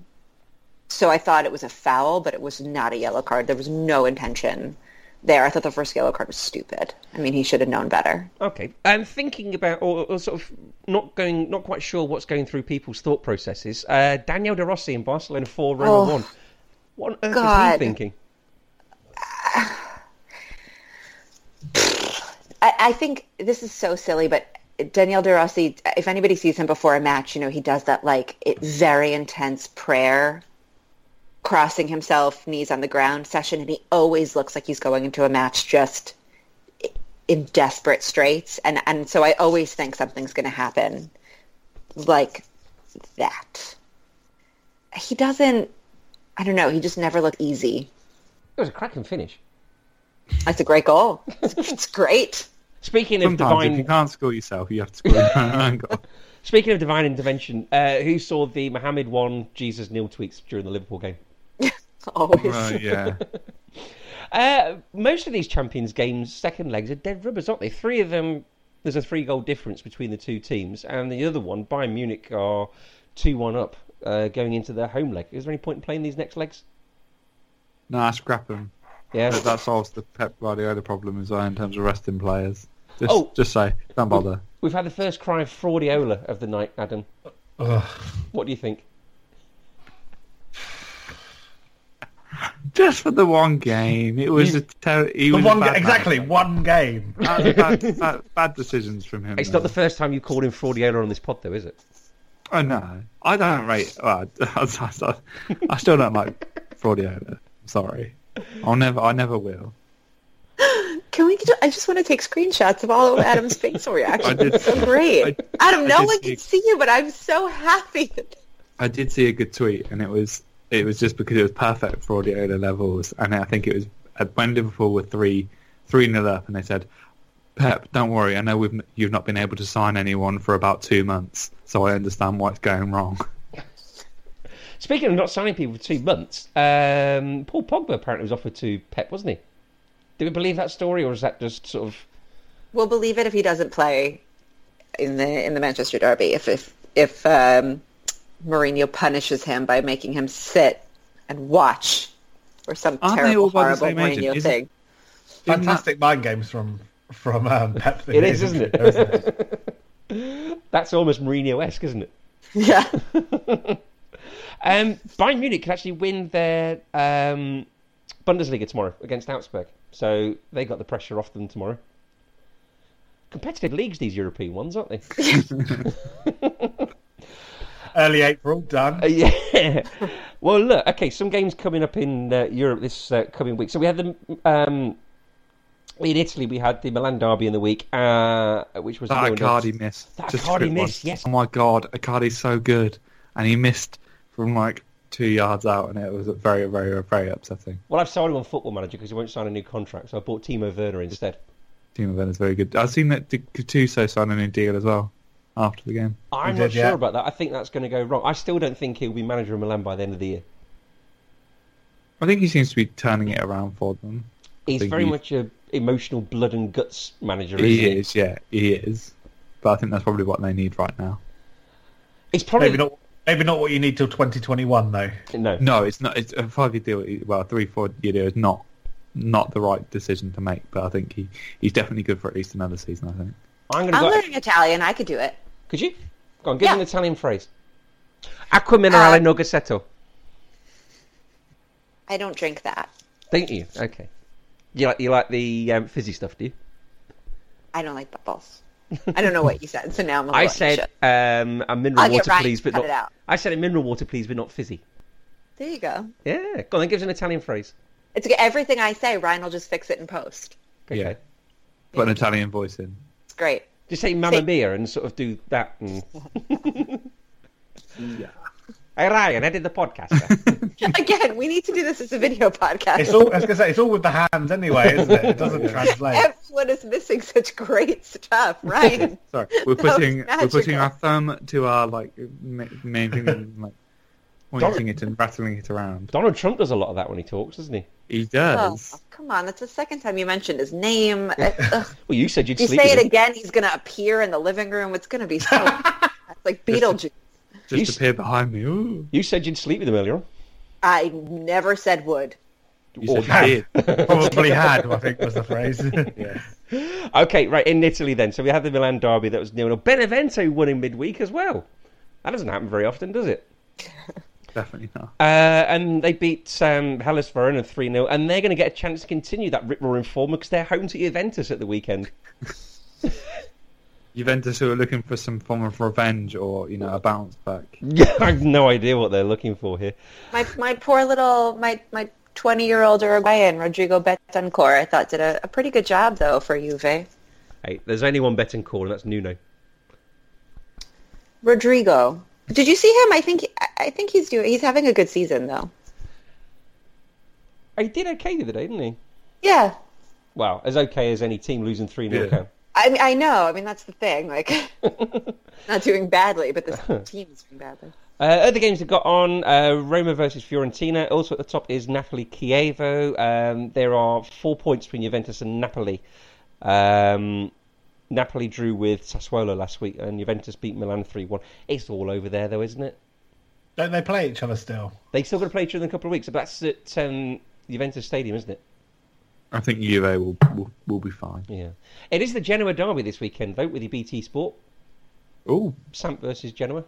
Speaker 2: so I thought it was a foul, but it was not a yellow card. There was no intention there. I thought the first yellow card was stupid. I mean, he should have known better.
Speaker 1: Okay, and thinking about or, or sort of not going, not quite sure what's going through people's thought processes. Uh, Daniel De Rossi in Barcelona four, Roma
Speaker 2: Oh,
Speaker 1: one. What on earth was he
Speaker 2: God.
Speaker 1: thinking?
Speaker 2: I, I think this is so silly, but Daniel De Rossi, if anybody sees him before a match, you know, he does that like it, very intense prayer, crossing himself, knees on the ground session, and he always looks like he's going into a match just i- in desperate straits. And, and so I always think something's going to happen like that. He doesn't, I don't know, he just never looked easy.
Speaker 1: It was a cracking finish.
Speaker 2: That's a great goal. <laughs> It's, it's great.
Speaker 1: Speaking of
Speaker 3: Sometimes if you
Speaker 1: divine,
Speaker 3: can't score yourself, you have to score <laughs> your own goal.
Speaker 1: speaking of divine intervention, uh, who saw the Mohammed one Jesus nil tweets during the Liverpool game?
Speaker 2: Always.
Speaker 1: <laughs>
Speaker 3: Right, yeah.
Speaker 1: Uh, most of these Champions games, second legs are dead rubbers, aren't they? Three of them, there's a three goal difference between the two teams, and the other one, Bayern Munich, are 2 1 up uh, going into their home leg. Is there any point in playing these next legs?
Speaker 3: Nah, scrap him.
Speaker 1: Yeah.
Speaker 3: That, that solves the Pep Guardiola problem as well in terms of resting players. Just,
Speaker 1: Oh.
Speaker 3: just say, don't bother.
Speaker 1: We've had the first cry of fraudiola of the night, Adam.
Speaker 5: Ugh.
Speaker 1: What do you think?
Speaker 3: Just for the one game, it was a ter- he
Speaker 5: The
Speaker 3: was a
Speaker 5: one
Speaker 3: bad
Speaker 5: ga- exactly
Speaker 3: man.
Speaker 1: <laughs>
Speaker 5: one game.
Speaker 3: Bad, bad, bad, bad decisions from him.
Speaker 1: It's
Speaker 3: though.
Speaker 1: not the first time you've called him fraudiola on this pod, though, is it?
Speaker 3: Oh no, I don't rate. Well, <laughs> I, I, I, I still don't like Fraudiola. I'm sorry, I'll never. I never will.
Speaker 2: Can we? Just, I just want to take screenshots of all of Adam's facial
Speaker 3: <laughs> I
Speaker 2: reactions.
Speaker 3: did-
Speaker 2: It's so great,
Speaker 3: I-
Speaker 2: Adam.
Speaker 3: I
Speaker 2: no
Speaker 3: did
Speaker 2: one
Speaker 3: see-
Speaker 2: can see you, but I'm so happy. that-
Speaker 3: I did see a good tweet, and it was it was just because it was perfect Fraudiola levels, and I think it was at- when Liverpool were three three nil up, and they said, "Pep, don't worry. I know we've n- you've not been able to sign anyone for about two months, so I understand what's going wrong."
Speaker 1: Speaking of not signing people for two months, um, Paul Pogba apparently was offered to Pep, wasn't he? Do we believe that story, or is that just sort of
Speaker 2: We'll believe it if he doesn't play in the in the Manchester Derby. If if if um, Mourinho punishes him by making him sit and watch, or some
Speaker 3: Aren't they all
Speaker 2: terrible
Speaker 3: by the
Speaker 2: horrible
Speaker 3: same agent?
Speaker 2: Mourinho
Speaker 3: Isn't-
Speaker 2: thing. <laughs>
Speaker 3: Didn't that-
Speaker 5: Fantastic mind games from from um, Pep.
Speaker 1: It is, isn't it?
Speaker 5: There, isn't it?
Speaker 1: that's almost Mourinho-esque, isn't it?
Speaker 3: <laughs>
Speaker 2: Yeah,
Speaker 1: Um, Bayern Munich can actually win their um, Bundesliga tomorrow against Augsburg, so they got the pressure off them tomorrow. Competitive leagues, these European ones, aren't they?
Speaker 5: Early April,
Speaker 1: Uh,
Speaker 5: done.
Speaker 1: yeah. <laughs> well, look. Okay, some games coming up in uh, Europe this uh, coming week. So we had the um, in Italy. We had the Milan derby in the week, uh, which was
Speaker 3: That
Speaker 1: no
Speaker 3: Icardi
Speaker 1: announced-
Speaker 3: miss.
Speaker 1: That
Speaker 3: a
Speaker 1: Icardi
Speaker 3: quick one.
Speaker 1: miss, yes.
Speaker 3: Oh my god, Icardi's so good, and he missed from like two yards out, and it was very, very, very upsetting.
Speaker 1: Well, I've signed him on Football Manager because he won't sign a new contract, so I bought Timo Werner instead.
Speaker 3: Team event is very good. I've seen that D- Gattuso signed a new deal as well after the game.
Speaker 1: I'm
Speaker 5: did,
Speaker 1: not sure
Speaker 5: yeah.
Speaker 1: about that. I think that's going to go wrong. I still don't think he'll be manager of Milan by the end of the year.
Speaker 3: I think he seems to be turning it around for them.
Speaker 1: He's
Speaker 3: Think
Speaker 1: very
Speaker 3: he-
Speaker 1: much a emotional blood and guts manager. Isn't
Speaker 3: He is, yeah, he is. But I think that's probably what they need right now.
Speaker 1: It's probably
Speaker 5: Maybe not. Maybe not what you need till 2021, though.
Speaker 1: No.
Speaker 3: No, it's not. It's a five-year deal. Well, a three, four-year deal is not not the right decision to make. But I think he, he's definitely good for at least another season. I think.
Speaker 1: I'm going to
Speaker 2: I'm
Speaker 1: go.
Speaker 2: learning Italian. I could do it.
Speaker 1: Could you? Go on, give me an
Speaker 2: Yeah.
Speaker 1: Italian phrase. Acqua minerale
Speaker 2: Uh,
Speaker 1: no gazzetto.
Speaker 2: I don't drink that.
Speaker 1: Don't you? Okay. You like you like the um, fizzy stuff, do you?
Speaker 2: I don't like bubbles. I don't know what you said, so now I'm a
Speaker 1: I
Speaker 2: little
Speaker 1: said
Speaker 2: anxious.
Speaker 1: um, a mineral
Speaker 2: Oh, I'll get
Speaker 1: water,
Speaker 2: Ryan
Speaker 1: please,
Speaker 2: to
Speaker 1: but
Speaker 2: cut
Speaker 1: not.
Speaker 2: it out.
Speaker 1: I said a mineral water, please, but not fizzy.
Speaker 2: There you go.
Speaker 1: Yeah. Go on, then give us an Italian phrase.
Speaker 2: It's everything I say. Ryan will just fix it in post.
Speaker 1: Okay.
Speaker 3: Yeah. Put an Italian voice in.
Speaker 2: It's great.
Speaker 1: Just say Mamma
Speaker 2: Say-
Speaker 1: Mia and sort of do that. And... <laughs> Hey Ryan, I did the podcast. there.
Speaker 2: <laughs> Again, we need to do this as a video podcast.
Speaker 5: It's all. I was gonna say it's all with the hands anyway, isn't it? It doesn't translate.
Speaker 2: Everyone is missing such great stuff,
Speaker 5: <laughs>
Speaker 2: Ryan.
Speaker 3: Sorry,
Speaker 2: <laughs>
Speaker 3: we're
Speaker 2: That was
Speaker 3: putting we're putting
Speaker 2: magical.
Speaker 3: our thumb to our like ma- main thing,
Speaker 1: <laughs>
Speaker 3: and, like pointing it and rattling it around.
Speaker 1: <laughs> Donald Trump does a lot of that when he talks, doesn't he?
Speaker 3: He
Speaker 2: oh,
Speaker 3: does.
Speaker 2: come on, that's the second time you mentioned his name.
Speaker 5: <laughs>
Speaker 2: Uh, ugh.
Speaker 1: Well, you said you'd
Speaker 2: you
Speaker 1: sleep
Speaker 2: say
Speaker 1: with
Speaker 2: it
Speaker 1: him.
Speaker 2: again, he's going to appear in the living room. It's going to be
Speaker 5: <laughs>
Speaker 2: so. it's like Beetlejuice.
Speaker 3: Just
Speaker 1: He's-
Speaker 3: appear behind me. Ooh.
Speaker 1: You said you'd sleep with him earlier on.
Speaker 2: I never said would.
Speaker 3: You
Speaker 1: Or
Speaker 3: said you
Speaker 1: <laughs>
Speaker 3: did.
Speaker 5: Probably had. I think was
Speaker 3: <laughs>
Speaker 5: the phrase.
Speaker 1: Okay, right, in Italy then. So we had the Milan derby that was 0 0. Benevento won in midweek as well. That doesn't happen very often, does it?
Speaker 3: Definitely not.
Speaker 1: Uh, and they beat um, Hellas Verona 3 0, and they're going to get a chance to continue that rip roaring form because they're home to Juventus at the weekend.
Speaker 3: Juventus who are looking for some form of revenge or you know a bounce back.
Speaker 1: Yeah, <laughs> I have no idea what they're looking for here.
Speaker 2: My, my poor little, my, my 20-year-old Uruguayan, Rodrigo Betancourt, I thought did a, a pretty good job, though, for Juve.
Speaker 1: Hey, there's only one betting call, and that's Nuno.
Speaker 2: Rodrigo. Did you see him? I think I- I think he's doing. He's having a good season though.
Speaker 1: He did okay the other day, didn't he?
Speaker 2: Yeah,
Speaker 1: Well, as okay as any team losing 3 0
Speaker 3: Yeah.
Speaker 1: can.
Speaker 2: I mean, I know. I mean, that's the thing.
Speaker 1: <laughs>
Speaker 2: Like, <laughs> not doing badly, but this team is doing badly.
Speaker 1: Uh, other games that got on uh, Roma versus Fiorentina. Also at the top is Napoli Chievo. Um, there are four points between Juventus and Napoli. Um, Napoli drew with Sassuolo last week, and Juventus beat Milan 3 1. It's all over there, though, isn't it?
Speaker 5: Don't they play each other still?
Speaker 1: They still got to play each other in a couple of weeks, but that's at um, Juventus Stadium, isn't it?
Speaker 3: I think Juve will will, will be fine.
Speaker 1: Yeah. It is the Genoa derby this weekend. Vote with your BT Sport.
Speaker 3: Ooh,
Speaker 1: Samp versus Genoa.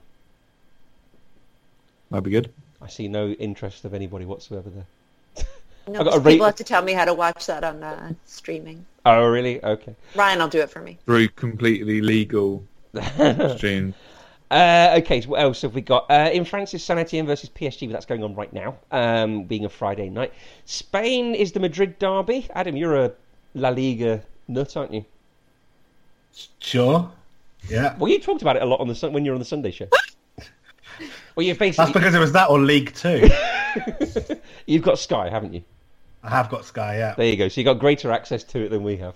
Speaker 3: that'd be good.
Speaker 1: I see no interest of anybody whatsoever there.
Speaker 2: No,
Speaker 1: I got a
Speaker 2: people
Speaker 1: rate-
Speaker 2: have to tell me how to watch that on uh, streaming.
Speaker 1: Oh, really? Okay.
Speaker 2: Ryan will do it for me.
Speaker 3: Through completely
Speaker 1: <laughs>
Speaker 3: legal stream.
Speaker 1: Uh, okay, so what else have we got? Uh, in France, it's San Etienne versus PSG, but that's going on right now, um, being a Friday night. Spain is the Madrid derby. Adam, you're a La Liga nut, aren't you?
Speaker 5: Sure. Yeah.
Speaker 1: Well, you talked about it a lot on the sun- when you were on the Sunday show. well, you've
Speaker 5: That's
Speaker 1: basically
Speaker 5: because it was that or
Speaker 1: <laughs>
Speaker 5: League Two.
Speaker 1: you've got Sky, haven't you?
Speaker 5: I have got Sky. Yeah.
Speaker 1: There you go. So you've got greater access to it than we have.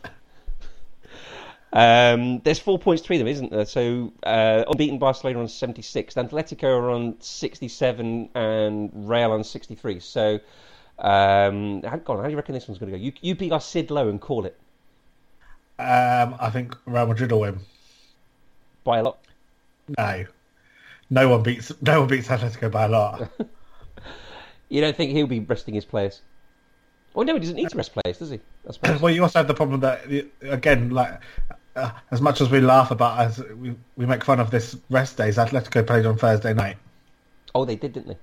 Speaker 1: Um, there's four points between them, isn't there? So uh, unbeaten Barcelona on 76, Atletico are on 67, and Real on 63. So, um, hang on, how do you reckon this one's going to go? You, you beat our Sid Lowe and call it
Speaker 5: Um, I think Real Madrid will win.
Speaker 1: by a lot.
Speaker 5: No. No one beats. No one beats Atletico by a lot.
Speaker 1: You don't think he'll be resting his players? Well, no, he doesn't need to rest players, does he? I
Speaker 5: <coughs>
Speaker 1: suppose.
Speaker 5: <clears throat> well, you also have the problem that you- again, like uh, as much as we laugh about as we, we make fun of this rest days, Atletico played on Thursday night.
Speaker 1: Oh, they did, didn't they?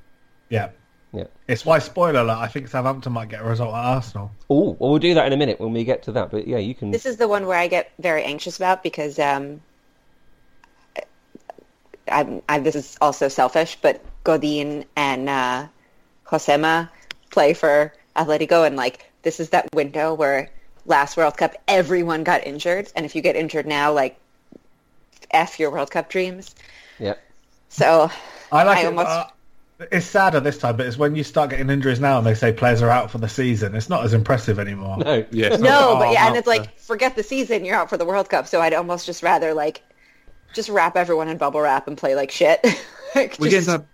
Speaker 5: Yeah,
Speaker 1: Yeah.
Speaker 5: it's why spoiler alert. I think Southampton might get a result at Arsenal.
Speaker 1: Oh, well, we'll do that in a minute when we get to that. But yeah, you can.
Speaker 2: This is the one where I get very anxious about because um, I, I'm- I, this is also selfish, but Godin and uh, Josema play for Atletico, and like this is that window where last World Cup everyone got injured, and if you get injured now, like f your World Cup dreams.
Speaker 1: Yeah.
Speaker 2: So
Speaker 5: I like
Speaker 2: I
Speaker 5: it.
Speaker 2: almost-
Speaker 5: uh, it's sadder this time, but it's when you start getting injuries now and they say players are out for the season. It's not as impressive anymore.
Speaker 1: No.
Speaker 3: Yes.
Speaker 2: no,
Speaker 5: Oh,
Speaker 2: but yeah, and
Speaker 5: no.
Speaker 2: it's like forget the season, you're out for the World Cup. So I'd almost just rather like just wrap everyone in bubble wrap and play like shit. <laughs> Like,
Speaker 3: we
Speaker 2: just-
Speaker 3: get to that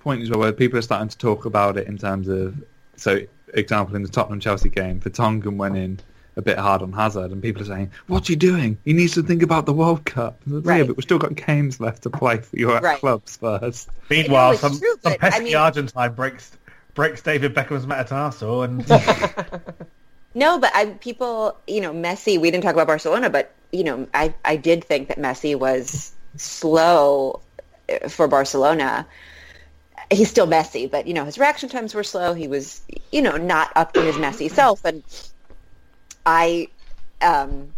Speaker 3: point as well where people are starting to talk about it in terms of, so example in the Tottenham Chelsea game, Vertonghen went in a bit hard on Hazard, and people are saying, "What's he doing? He needs to think about the World Cup." Yeah,
Speaker 2: Right.
Speaker 3: but we've still got games left to play for your
Speaker 2: Right.
Speaker 3: clubs first.
Speaker 5: Meanwhile,
Speaker 2: it's
Speaker 5: some,
Speaker 2: true,
Speaker 5: some
Speaker 2: but,
Speaker 5: pesky
Speaker 2: I mean-
Speaker 5: Argentine breaks breaks David Beckham's metatarsal, and <laughs>
Speaker 2: No, but I people, you know, Messi. We didn't talk about Barcelona, but you know, I I did think that Messi was slow uh, for Barcelona. He's still messy, but you know his reaction times were slow. He was, you know, not up to his messy self. And I um,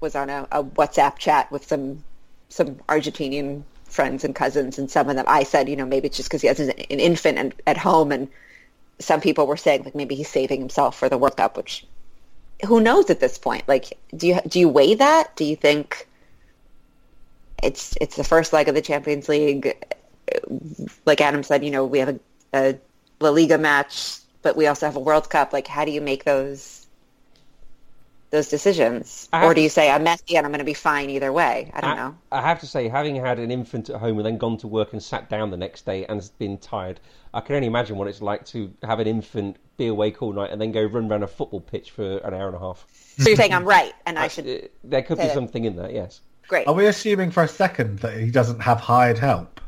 Speaker 2: was on a, a WhatsApp chat with some some Argentinian friends and cousins, and some of them I said, you know, maybe it's just because he has an an infant and, at home, and some people were saying like maybe he's saving himself for the World Cup, which who knows at this point? Like, do you do you weigh that? Do you think it's it's the first leg of the Champions League? Like Adam said, you know, we have a, a La Liga match, but we also have a World Cup. Like, how do you make those those decisions,
Speaker 1: I have
Speaker 2: or do
Speaker 1: to-
Speaker 2: you say I'm messy and I'm going to be fine either way? I don't
Speaker 1: I,
Speaker 2: know.
Speaker 1: I have to say, having had an infant at home and then gone to work and sat down the next day and been tired, I can only imagine what it's like to have an infant, be awake all night, and then go run around a football pitch for an hour and a half.
Speaker 2: So
Speaker 1: <laughs>
Speaker 2: you're saying I'm right, and I should
Speaker 1: Uh, there could be
Speaker 2: say that.
Speaker 1: something in there, yes.
Speaker 2: great.
Speaker 5: Are we assuming for a second that he doesn't have hired help?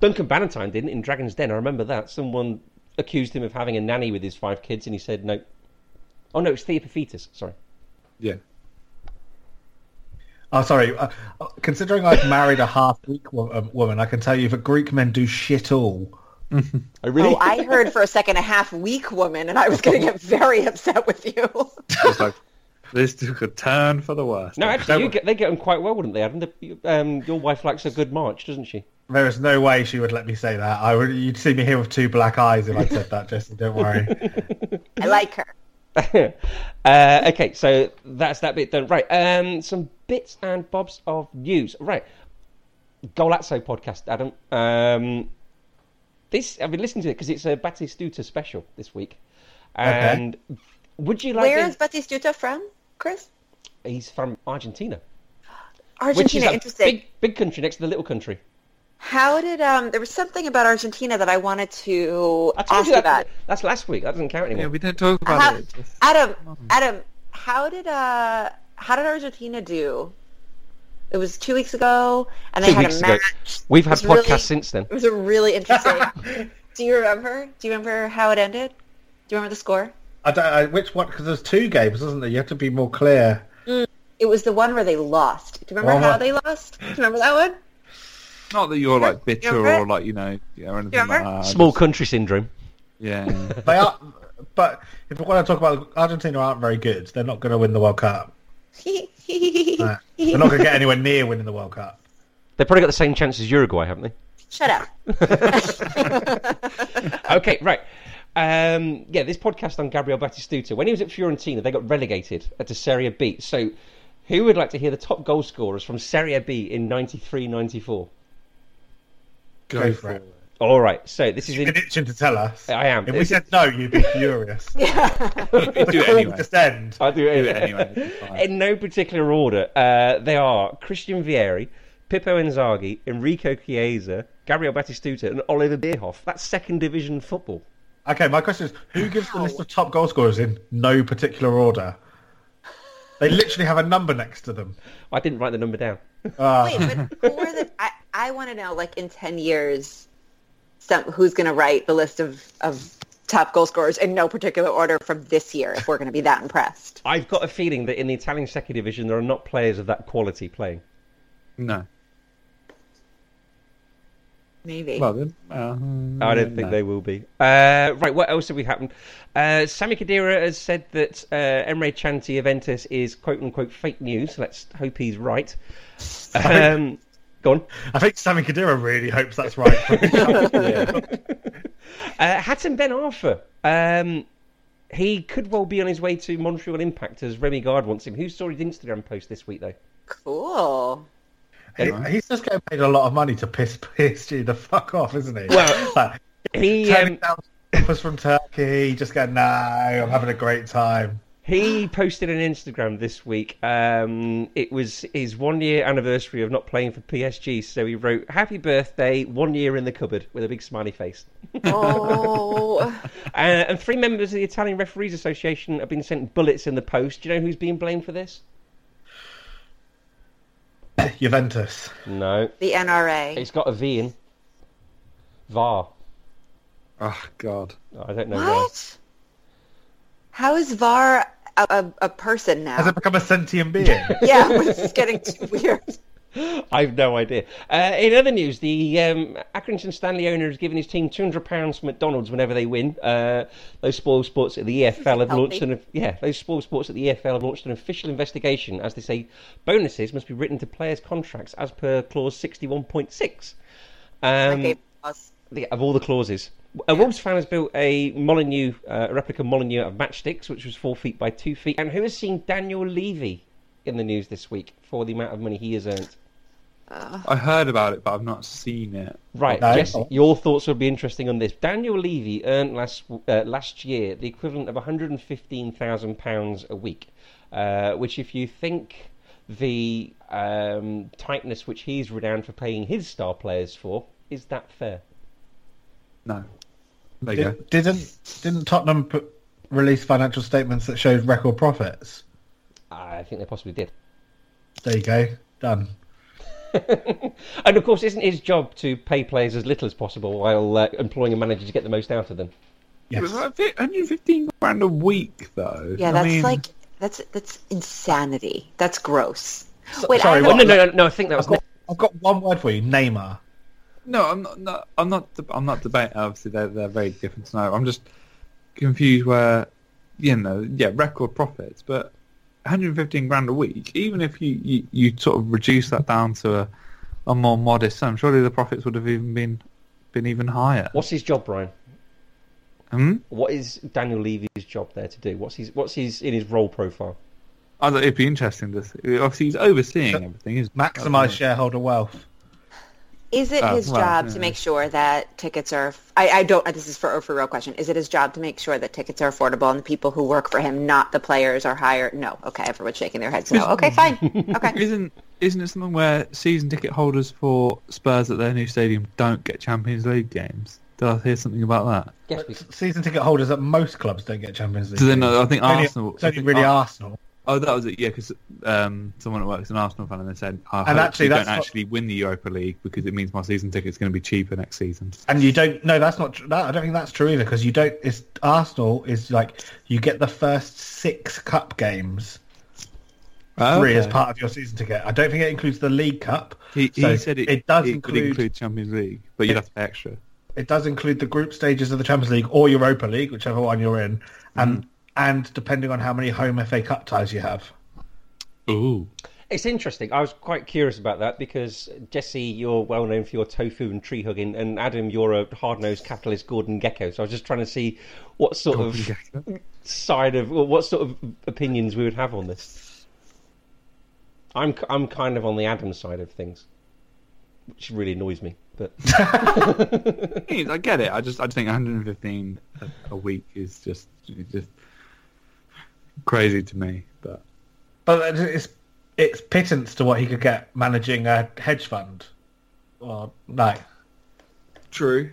Speaker 1: Duncan Bannatyne didn't in Dragon's Den. I remember that. Someone accused him of having a nanny with his five kids, and he said no. Oh no, it's Thea Fetus. Sorry.
Speaker 3: Yeah.
Speaker 5: Oh, sorry. Uh, uh, considering I've married a half Greek wo- um, woman, I can tell you that Greek men do shit all.
Speaker 1: I really.
Speaker 2: Oh, I heard for a second a half weak woman, and I was going to get very upset with you.
Speaker 3: It's like, this took a turn for the worst.
Speaker 1: No,
Speaker 3: Don't
Speaker 1: actually, you
Speaker 3: worry.
Speaker 1: get, they get on quite well, wouldn't they, Adam? The, um, your wife likes a good march, doesn't she?
Speaker 5: There is no way she would let me say that. I would. You'd see me here with two black eyes if I said that, Jesse. Don't worry.
Speaker 2: I like her.
Speaker 1: <laughs> Uh, okay, so that's that bit done. Right, um, some bits and bobs of news. Right, Golazzo podcast, Adam. Um, this I've been listening to it because it's a Batistuta special this week. And would you <laughs> like?
Speaker 2: Where
Speaker 1: it-
Speaker 2: is Batistuta from, Chris?
Speaker 1: He's from Argentina, which is
Speaker 2: Argentina,
Speaker 1: a
Speaker 2: interesting.
Speaker 1: big, big country next to the little country.
Speaker 2: How did um? There was something about Argentina that I wanted to
Speaker 1: I told
Speaker 2: ask
Speaker 1: you that.
Speaker 2: about.
Speaker 1: That's last week. That doesn't count
Speaker 3: Yeah,
Speaker 1: anymore.
Speaker 3: we don't talk about
Speaker 2: How,
Speaker 3: it. It's-
Speaker 2: Adam, Adam, how did uh, how did Argentina do? It was two weeks ago, and they
Speaker 1: Two
Speaker 2: had
Speaker 1: weeks
Speaker 2: a
Speaker 1: ago.
Speaker 2: match.
Speaker 1: We've had
Speaker 2: It was really-
Speaker 1: podcasts since then.
Speaker 2: It was a really interesting. do you remember? Do you remember how it ended? Do you remember the score?
Speaker 5: I don't, I, which one? Because there's two games, isn't there? You have to be more clear.
Speaker 2: It was the one where they lost. Do you remember
Speaker 5: Oh.
Speaker 2: how they lost? Do you remember that one?
Speaker 3: Not that you're like bitter
Speaker 2: You're right.
Speaker 3: or like you know yeah, or anything
Speaker 2: You're
Speaker 3: like
Speaker 2: right.
Speaker 3: that.
Speaker 1: Small country syndrome.
Speaker 3: Yeah.
Speaker 5: They are, but if we want to talk about Argentina, aren't very good. They're not going to win the World Cup. Uh, they're not going to get anywhere near winning the World Cup.
Speaker 1: They've probably got the same chance as Uruguay, haven't they?
Speaker 2: Shut up.
Speaker 1: okay, <laughs> right. Um, yeah, this podcast on Gabriel Batistuta. When he was at Fiorentina, they got relegated to Serie B. So, who would like to hear the top goal scorers from Serie B in 93 94?
Speaker 5: <laughs> Go, for, it.
Speaker 1: All right, so this is
Speaker 5: You're
Speaker 1: in. <laughs>
Speaker 5: itching to tell us.
Speaker 1: I am.
Speaker 5: If we
Speaker 1: It's-
Speaker 5: said no, you'd be furious.
Speaker 3: Do it
Speaker 2: <laughs>
Speaker 5: Call
Speaker 3: anyway.
Speaker 5: Just end.
Speaker 1: I do
Speaker 3: Do it anyway. It's fine.
Speaker 1: In no particular order, uh, they are Christian Vieri, Pippo Inzaghi, Enrico Chiesa, Gabriel Batistuta, and Oliver Bierhoff. That's second division football.
Speaker 5: Okay, my question is, who gives the list of top goal scorers in no particular order? They literally have a number next to them.
Speaker 1: I didn't write the number down.
Speaker 5: Uh,
Speaker 2: Wait, but who are the? I, I want to know, like in ten years, some who's going to write the list of of top goal scorers in no particular order from this year if we're going to be that impressed.
Speaker 1: I've got a feeling that in the Italian second division, there are not players of that quality playing.
Speaker 3: No.
Speaker 2: Maybe.
Speaker 3: Well then. Uh,
Speaker 1: I don't
Speaker 3: no.
Speaker 1: think they will be. Uh, right, what else have we happened? Uh, Sammy Kadira has said that uh, Emre Chanti Aventis is quote unquote fake news. Let's hope he's right. Um, go on.
Speaker 5: I think Sammy Kadira really hopes that's right.
Speaker 1: Uh, Hatton Ben Arthur. Um, he could well be on his way to Montreal Impact as Remy Gard wants him. Who saw his Instagram post this week, though?
Speaker 2: cool.
Speaker 5: He- he's just getting paid a lot of money to piss <laughs> PSG the fuck off, isn't he?
Speaker 1: Well,
Speaker 5: Like,
Speaker 1: He
Speaker 5: turning
Speaker 1: um,
Speaker 5: down offers from Turkey, just going, no, I'm having a great time.
Speaker 1: He posted an Instagram this week. Um, it was his one year anniversary of not playing for PSG, so he wrote "Happy birthday, one year in the cupboard" with a big smiley face.
Speaker 2: Oh,
Speaker 1: uh, and three members of the Italian Referees Association have been sent bullets in the post. Do you know who's being blamed for this?
Speaker 5: Juventus.
Speaker 1: No,
Speaker 2: the NRA.
Speaker 1: it's got a V in VAR.
Speaker 3: Oh God.
Speaker 1: I don't know why.
Speaker 2: What? How is VAR a, a, a person now?
Speaker 5: Has it become a sentient
Speaker 2: <laughs>
Speaker 5: being?
Speaker 2: yeah, this is getting too weird.
Speaker 1: I've no idea. Uh, in other news, the um, Accrington Stanley owner has given his team two hundred pounds from McDonald's whenever they win. Uh, those spoil sports at the EFL have
Speaker 2: Healthy.
Speaker 1: launched an yeah, those spoil sports at the EFL have launched an official investigation as they say bonuses must be written to players' contracts as per clause sixty one point six. Um,
Speaker 2: Okay, pause.
Speaker 1: the, of all the clauses. A Wolves fan has built a Molyneux, uh, a replica Molyneux of matchsticks, which was four feet by two feet. And who has seen Daniel Levy in the news this week for the amount of money he has earned?
Speaker 3: I heard about it, but I've not seen it.
Speaker 1: Right,
Speaker 5: Okay.
Speaker 1: Jesse, your thoughts would be interesting on this. Daniel Levy earned last uh, last year the equivalent of one hundred and fifteen thousand pounds a week, uh, which, if you think the um, tightness which he's renowned for paying his star players for, is that fair?
Speaker 3: No. There you go.
Speaker 5: Did, didn't didn't Tottenham p- release financial statements that showed record profits?
Speaker 1: I think they possibly did.
Speaker 5: There you go. Done.
Speaker 1: And of course, isn't his job to pay players as little as possible while uh, employing a manager to get the most out of them?
Speaker 3: It
Speaker 5: Yes.
Speaker 3: was like 115 grand a week, though.
Speaker 2: Yeah,
Speaker 3: I
Speaker 2: that's
Speaker 3: mean,
Speaker 2: like that's that's insanity. That's gross. Wait,
Speaker 5: sorry,
Speaker 2: I
Speaker 1: Oh,
Speaker 5: what-
Speaker 2: have,
Speaker 1: no, no, no, no. I think that was.
Speaker 5: I've got, I've got one word for you, Neymar.
Speaker 3: No, I'm not. No, I'm not. deb- I'm not debating. Obviously, they're they're very different. to know. I'm just confused where, you know, yeah, record profits, but 115 grand a week. Even if you you, you sort of reduce that down to a, a more modest sum, surely the profits would have even been been even higher.
Speaker 1: What's his job, Brian?
Speaker 3: Hmm?
Speaker 1: What is Daniel Levy's job there to do? What's his What's his in his role profile?
Speaker 3: I thought it'd be interesting to see. Obviously, he's overseeing
Speaker 5: Sure.
Speaker 3: everything. He's
Speaker 5: Maximise shareholder wealth.
Speaker 2: is it
Speaker 3: Oh,
Speaker 2: his
Speaker 3: well,
Speaker 2: job
Speaker 3: yeah.
Speaker 2: to make sure that tickets are? I, I don't. This is for for real question. Is it his job to make sure that tickets are affordable and the people who work for him, not the players, are hired? No. Okay, everyone's shaking their heads. No. Okay,
Speaker 3: <laughs>
Speaker 2: fine. Okay.
Speaker 3: Isn't isn't it something where season ticket holders for Spurs at their new stadium don't get Champions League games? Did I hear something about that?
Speaker 1: Yes, we,
Speaker 5: S- Season ticket holders at most clubs don't get Champions League.
Speaker 3: Do they know? I think
Speaker 5: It's only-
Speaker 3: Arsenal.
Speaker 5: It's only really
Speaker 3: Ar-
Speaker 5: Arsenal.
Speaker 3: Oh, that was it. Yeah, because um, someone at work's an Arsenal fan, and they said, "I hope
Speaker 5: actually,
Speaker 3: we don't
Speaker 5: that's not-
Speaker 3: actually win the Europa League because it means my season ticket's going to be cheaper next season."
Speaker 5: And you don't. No, that's not. tr- That, I don't think that's true either because you don't. It's Arsenal is like you get the first six cup games
Speaker 3: Oh,
Speaker 5: free as part of your season ticket. I don't think it includes the League Cup.
Speaker 3: He, he
Speaker 5: So
Speaker 3: said it,
Speaker 5: it does
Speaker 3: it would
Speaker 5: include,
Speaker 3: include Champions League, but you'd have to pay extra.
Speaker 5: It does include the group stages of the Champions League or Europa League, whichever one you're in,
Speaker 3: Mm.
Speaker 5: and and depending on how many home FA Cup ties you have.
Speaker 3: Ooh,
Speaker 1: it's interesting. I was quite curious about that because Jesse, you're well known for your tofu and tree hugging, and Adam, you're a hard nosed capitalist Gordon Gecko. So I was just trying to see what sort of side of or what sort of opinions we would have on this. I'm I'm kind of on the Adam side of things, which really annoys me. But
Speaker 3: I get it. I just, I just think 115 a- a week is just, it's just crazy to me. But
Speaker 5: But it's it's pittance to what he could get managing a hedge fund, or like
Speaker 3: true.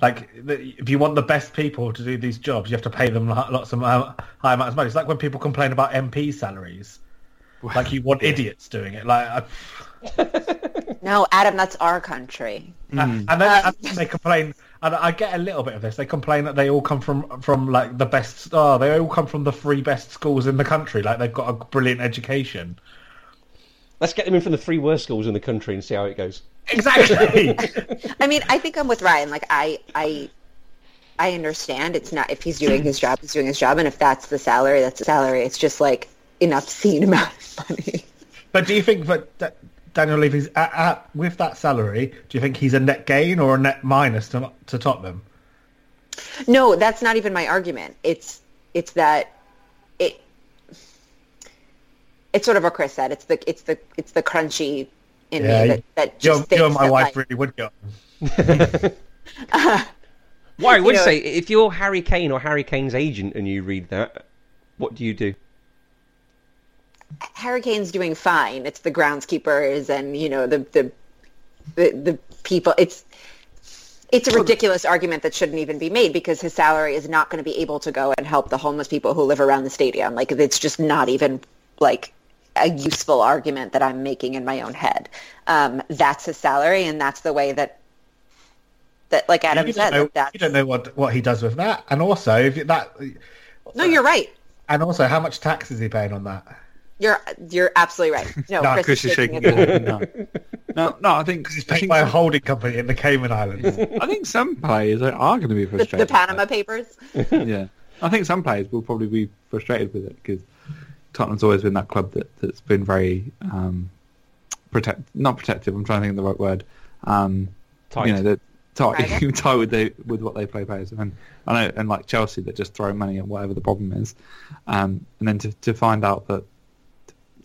Speaker 5: like the- if you want the best people to do these jobs, you have to pay them lo- lots of uh, high amounts of money. It's like when people complain about MP salaries, like you want idiots doing it. Like uh, I,
Speaker 2: No, Adam, that's our country.
Speaker 5: and then and then they complain. And I get a little bit of this. They complain that they all come from from like the best. Oh, they all come from the three best schools in the country. Like they've got a brilliant education.
Speaker 1: let's get them in from the three worst schools in the country and see how it goes.
Speaker 5: Exactly.
Speaker 2: I mean, I think I'm with Ryan. Like, I, I, I understand. It's not if he's doing his job, he's doing his job, and if that's the salary, that's the salary. It's just like an obscene <laughs> amount of money.
Speaker 5: But do you think that Da- Daniel Levy's at, at, with that salary? Do you think he's a net gain or a net minus to to Tottenham?
Speaker 2: No, that's not even my argument. It's it's that it it's sort of what Chris said. It's the it's the it's the crunchy in
Speaker 5: Yeah,
Speaker 2: me that, that
Speaker 5: You,
Speaker 2: just
Speaker 5: you
Speaker 2: thinks
Speaker 5: and my
Speaker 2: that,
Speaker 5: wife
Speaker 2: like-
Speaker 5: really would go.
Speaker 1: Why? I would
Speaker 2: know-
Speaker 1: say if you're Harry Kane or Harry Kane's agent and you read that, what do you do?
Speaker 2: Hurricane's doing fine. It's the groundskeepers and you know the the the, the people. It's it's a ridiculous argument that shouldn't even be made because his salary is not going to be able to go and help the homeless people who live around the stadium. Like it's just not even like a useful argument that I'm making in my own head. Um, that's his salary, and that's the way that that like Adam
Speaker 5: You
Speaker 2: said.
Speaker 5: don't, know,
Speaker 2: that
Speaker 5: you
Speaker 2: that's,
Speaker 5: don't know what what he does with that, and also if you- that,
Speaker 2: no, you're right.
Speaker 5: and also how much tax is he paying on that?
Speaker 2: You're you're absolutely right. No,
Speaker 3: No,
Speaker 2: Oh, Chris,
Speaker 3: Chris
Speaker 2: is
Speaker 3: is shaking his
Speaker 2: head.
Speaker 3: head. No, no, no. I think I
Speaker 5: Picked
Speaker 3: think,
Speaker 5: by a holding company in the
Speaker 3: <laughs>
Speaker 5: Cayman Islands.
Speaker 3: I think some players are, are going to be
Speaker 2: The,
Speaker 3: frustrated.
Speaker 2: the Panama
Speaker 3: with
Speaker 2: Papers.
Speaker 3: it. Yeah, I think some players will probably be frustrated with it because Tottenham's always been that club that that's been very um, protect, not protective. I'm trying to think of the right word. Um,
Speaker 1: Tight.
Speaker 3: You know, they're tight,
Speaker 2: Private?
Speaker 3: <laughs> tight with the, with what they play players, and I know, and like Chelsea that just throw money at whatever the problem is, um, and then to to find out that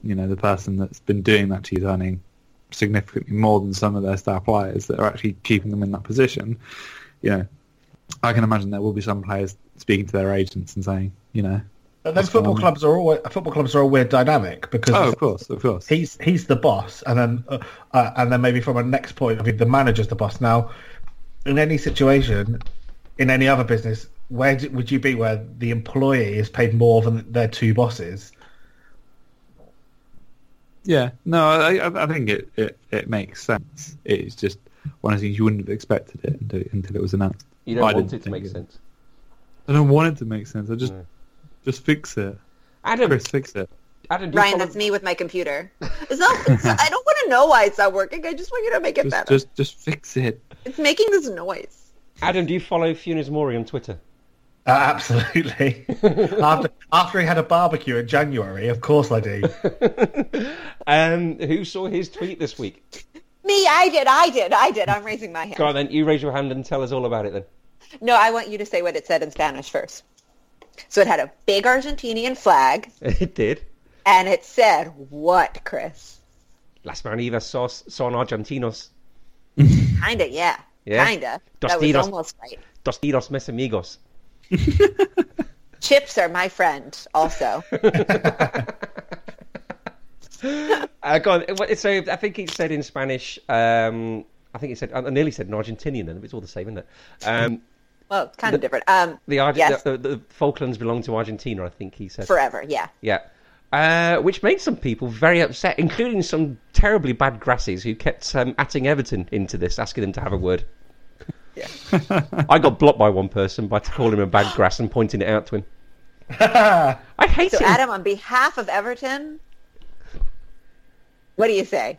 Speaker 3: you know the person that's been doing that to you is earning significantly more than some of their star players that are actually keeping them in that position. You know, I can imagine there will be some players speaking to their agents and saying, you know,
Speaker 5: But then
Speaker 3: That's
Speaker 5: football
Speaker 3: fine.
Speaker 5: clubs are all football clubs are a weird dynamic because
Speaker 3: oh, of course, of course,
Speaker 5: he's he's the boss, and then uh, uh, and then maybe from a next point of view, the manager's the boss. Now, in any situation, in any other business, where d would you be where the employee is paid more than their two bosses?
Speaker 3: yeah. No, I, I- I think it, it, it makes sense. It's just one of the things you wouldn't have expected it until, until it was announced.
Speaker 1: You don't
Speaker 3: I
Speaker 1: want
Speaker 3: didn't
Speaker 1: it to make
Speaker 3: think
Speaker 1: sense.
Speaker 3: I don't want it to make sense. I just
Speaker 1: No.
Speaker 3: just fix it,
Speaker 1: Adam,
Speaker 3: Chris. Fix it.
Speaker 1: Adam, do you
Speaker 2: Ryan,
Speaker 1: follow-
Speaker 2: that's me with my computer. It's
Speaker 1: <laughs>
Speaker 2: not, it's not- I don't want to know why it's not working. I just want you to make it
Speaker 3: Just
Speaker 2: better.
Speaker 3: just just fix it.
Speaker 2: It's making this noise.
Speaker 1: Adam, do you follow Funes Mori on Twitter?
Speaker 5: Uh, <laughs> absolutely. after after he had a barbecue in January, of course I do.
Speaker 1: Um, who saw his tweet this week?
Speaker 2: Me, I did, I did, I did. I'm raising my hand.
Speaker 1: Go on then, you raise your hand and tell us all about it then.
Speaker 2: No, I want you to say what it said in Spanish first. So it had a big Argentinian flag,
Speaker 1: <laughs> It did.
Speaker 2: and it said, what, Chris?
Speaker 1: Las Manivas sos, son argentinos.
Speaker 2: Kinda, yeah.
Speaker 1: Yeah.
Speaker 2: Kinda.
Speaker 1: Dos
Speaker 2: that was
Speaker 1: tiros.
Speaker 2: almost right.
Speaker 1: Dos tiros mes amigos. <laughs>
Speaker 2: Chips are my friend,
Speaker 1: <laughs>
Speaker 2: also.
Speaker 1: Uh, go on. What- So I think it said in Spanish. Um, I think it said. I nearly said in Argentinian. Then it's all the same, isn't it? Um,
Speaker 2: well, it's kind of different. Um,
Speaker 1: the, Arge-
Speaker 2: Yes.
Speaker 1: the, the Falklands belong to Argentina. I think he said.
Speaker 2: forever, yeah.
Speaker 1: Yeah. Uh, which made some people very upset, including some terribly bad grasses who kept um, atting Everton into this, asking them to have a word.
Speaker 2: Yeah.
Speaker 1: <laughs> I got blocked by one person by calling him a bad grass and pointing it out
Speaker 2: <laughs>
Speaker 1: to him. I hate
Speaker 2: So
Speaker 1: it.
Speaker 2: Adam, on behalf of Everton, what do you say?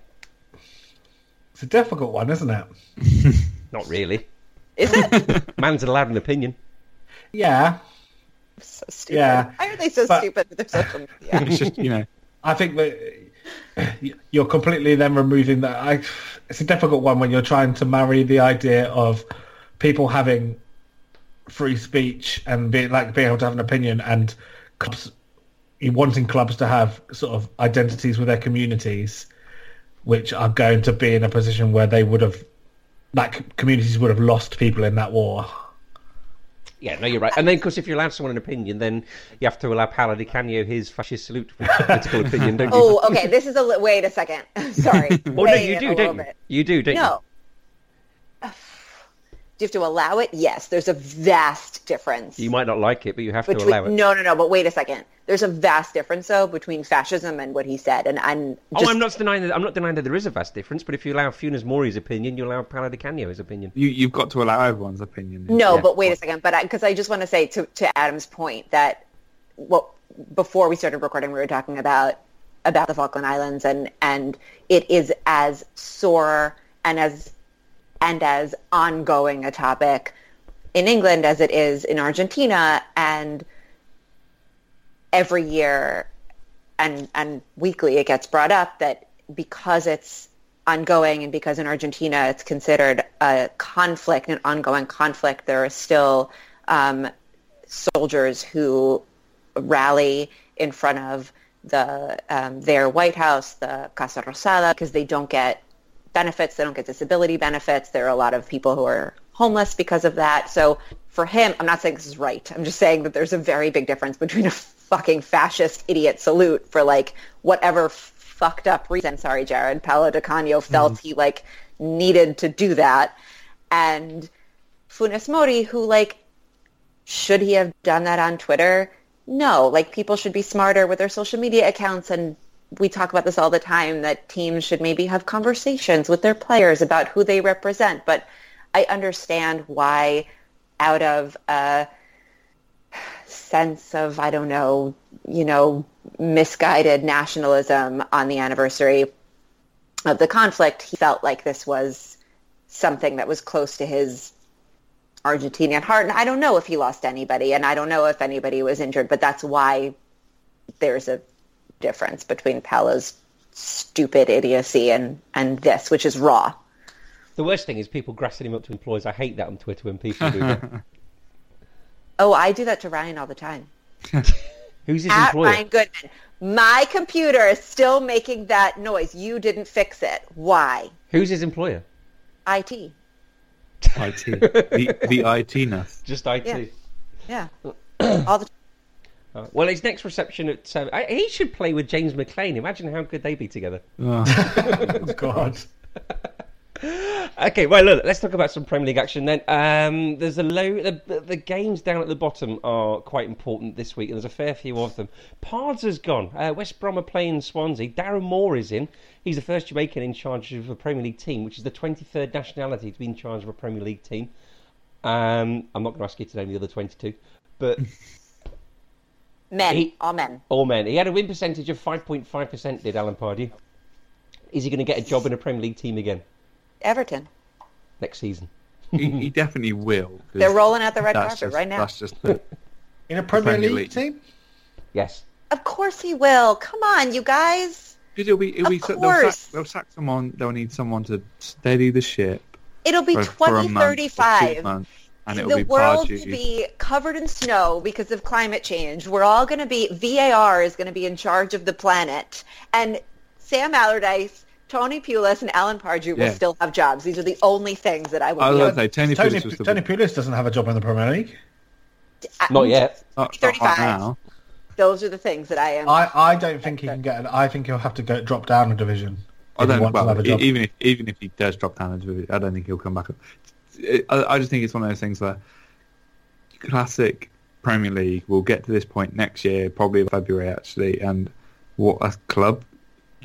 Speaker 5: It's a difficult one, isn't it?
Speaker 1: Not really.
Speaker 2: Is it
Speaker 1: Man's allowed an opinion.
Speaker 5: Yeah,
Speaker 2: so stupid?
Speaker 5: Yeah.
Speaker 2: Why are they so
Speaker 5: But-
Speaker 1: <laughs>
Speaker 2: stupid with their social media?
Speaker 3: It's just
Speaker 2: <laughs>
Speaker 3: you know.
Speaker 5: I think that eh, you're completely then removing that. I, it's a difficult one when you're trying to marry the idea of people having free speech and being like being able to have an opinion and clubs you wanting clubs to have sort of identities with their communities, which are going to be in a position where they would have like communities would have lost people in that war. <laughs>
Speaker 1: Yeah, no, you're right. And then, of course, if you're allowed someone an opinion, then you have to allow Paolo Di Canio his fascist salute for political opinion, don't you?
Speaker 2: oh, okay. This is a li- wait a second. <laughs> Sorry.
Speaker 1: <laughs> Well, Oh, no, you do, don't you? You do, don't
Speaker 2: No. <sighs> Do you have to allow it? Yes. There's a vast difference.
Speaker 1: you? You might not like it, but you have to
Speaker 2: between,
Speaker 1: allow it.
Speaker 2: No, no, no. But wait a second. There's a vast difference, though, between fascism and what he said. And and just,
Speaker 1: oh, I'm not denying that. I'm not denying that there is a vast difference. But if you allow Funes Mori's opinion, you allow Paolo Di Canio's opinion.
Speaker 3: You you've got to allow everyone's opinion.
Speaker 2: No,
Speaker 1: Yeah.
Speaker 2: but wait a second. But because I, just want to say to to Adam's point that what before we started recording, we were talking about about the Falkland Islands, and and it is as sore and as and as ongoing a topic in England as it is in Argentina, and every year and and weekly it gets brought up that because it's ongoing and because in Argentina it's considered a conflict, an ongoing conflict, there are still um, soldiers who rally in front of the um, their White House, the Casa Rosada, because they don't get benefits, they don't get disability benefits. There are a lot of people who are homeless because of that. So for him, I'm not saying this is right. I'm just saying that there's a very big difference between a fucking fascist idiot salute for like whatever fucked up reason. Sorry, Jared. Paolo Di Canio felt he like needed to do that, and Funes Mori, who like should he have done that on Twitter? No, like people should be smarter with their social media accounts and we talk about this all the time that teams should maybe have conversations with their players about who they represent, but I understand why out of a sense of I don't know you know, misguided nationalism on the anniversary of the conflict, he felt like this was something that was close to his Argentinian heart. And I don't know if he lost anybody, and I don't know if anybody was injured, but that's why there's a difference between Paolo's stupid idiocy and, and this, which is raw.
Speaker 1: The worst thing is people grassing him up to employees. I hate that on Twitter when people do
Speaker 2: <laughs>
Speaker 1: that.
Speaker 2: Oh, I do that to Ryan all the time.
Speaker 1: Who's his
Speaker 2: At
Speaker 1: employer?
Speaker 2: Ryan Goodman. My computer is still making that noise. You didn't fix it. Why?
Speaker 1: Who's his employer?
Speaker 2: IT.
Speaker 3: IT. The, the IT nurse.
Speaker 1: Just IT.
Speaker 2: Yeah. Yeah. all the time.
Speaker 1: Uh, well, his next reception at seven. I, he should play with James McLean. Imagine how good they be together.
Speaker 3: Oh,
Speaker 5: God.
Speaker 1: Okay, well, look, let's talk about some Premier League action then. Um, there's a low. The, the- the games down at the bottom are quite important this week, and there's a fair few of them. Pards has gone. Uh, West Brom are playing Swansea. Darren Moore is in. He's the first Jamaican in charge of a Premier League team, which is the 23rd nationality to be in charge of a Premier League team. Um, I'm not going to ask you to name the other 22, but
Speaker 2: Men.
Speaker 1: He-
Speaker 2: all men.
Speaker 1: all men. He had a win percentage of 5.5%, did Alan Pardew. Is he going to get a job in a Premier League team again
Speaker 2: Everton.
Speaker 1: next season?
Speaker 3: he, he definitely will. 'cause
Speaker 2: They're rolling out the red
Speaker 3: that's
Speaker 2: carpet
Speaker 3: just-
Speaker 2: right now.
Speaker 3: That's just the,
Speaker 5: In a Premier,
Speaker 3: Premier
Speaker 5: League,
Speaker 3: League.
Speaker 5: team?
Speaker 1: Yes.
Speaker 2: Of course he will. Come on, you guys.
Speaker 3: Because it'll be, it'll be,
Speaker 2: Of
Speaker 3: so- they'll,
Speaker 2: course.
Speaker 3: sack, they'll sack someone. They'll need someone to steady the ship
Speaker 2: It'll be
Speaker 3: for, for a month or two
Speaker 2: 2035.
Speaker 3: months, and it'll
Speaker 2: The
Speaker 3: be
Speaker 2: world
Speaker 3: Pardew.
Speaker 2: will be covered in snow because of climate change. We're all going to be, VAR is going to be in charge of the planet. And Sam Allardyce, Tony Pulis, and Alan Pardew will
Speaker 3: Yeah.
Speaker 2: still have jobs. These are the only things that I
Speaker 3: I
Speaker 2: will
Speaker 3: was
Speaker 2: be
Speaker 3: going
Speaker 2: on.
Speaker 3: to say Tony,
Speaker 5: Tony,
Speaker 3: Pulis was the
Speaker 5: Tony Pulis doesn't have a job in the Premier League.
Speaker 1: Not
Speaker 2: Um,
Speaker 1: yet.
Speaker 3: not- not
Speaker 2: 35.
Speaker 3: right now.
Speaker 2: Those are the things that I am.
Speaker 5: I, I don't think he can get. An, I think he'll have to go drop down a division.
Speaker 3: I
Speaker 5: if he
Speaker 3: don't.
Speaker 5: wants
Speaker 3: Well,
Speaker 5: another
Speaker 3: e-
Speaker 5: job.
Speaker 3: even if even if he does drop down, into it, I don't think he'll come back up. It- I, I just think it's one of those things where classic Premier League will get to this point next year, probably February actually, and what a club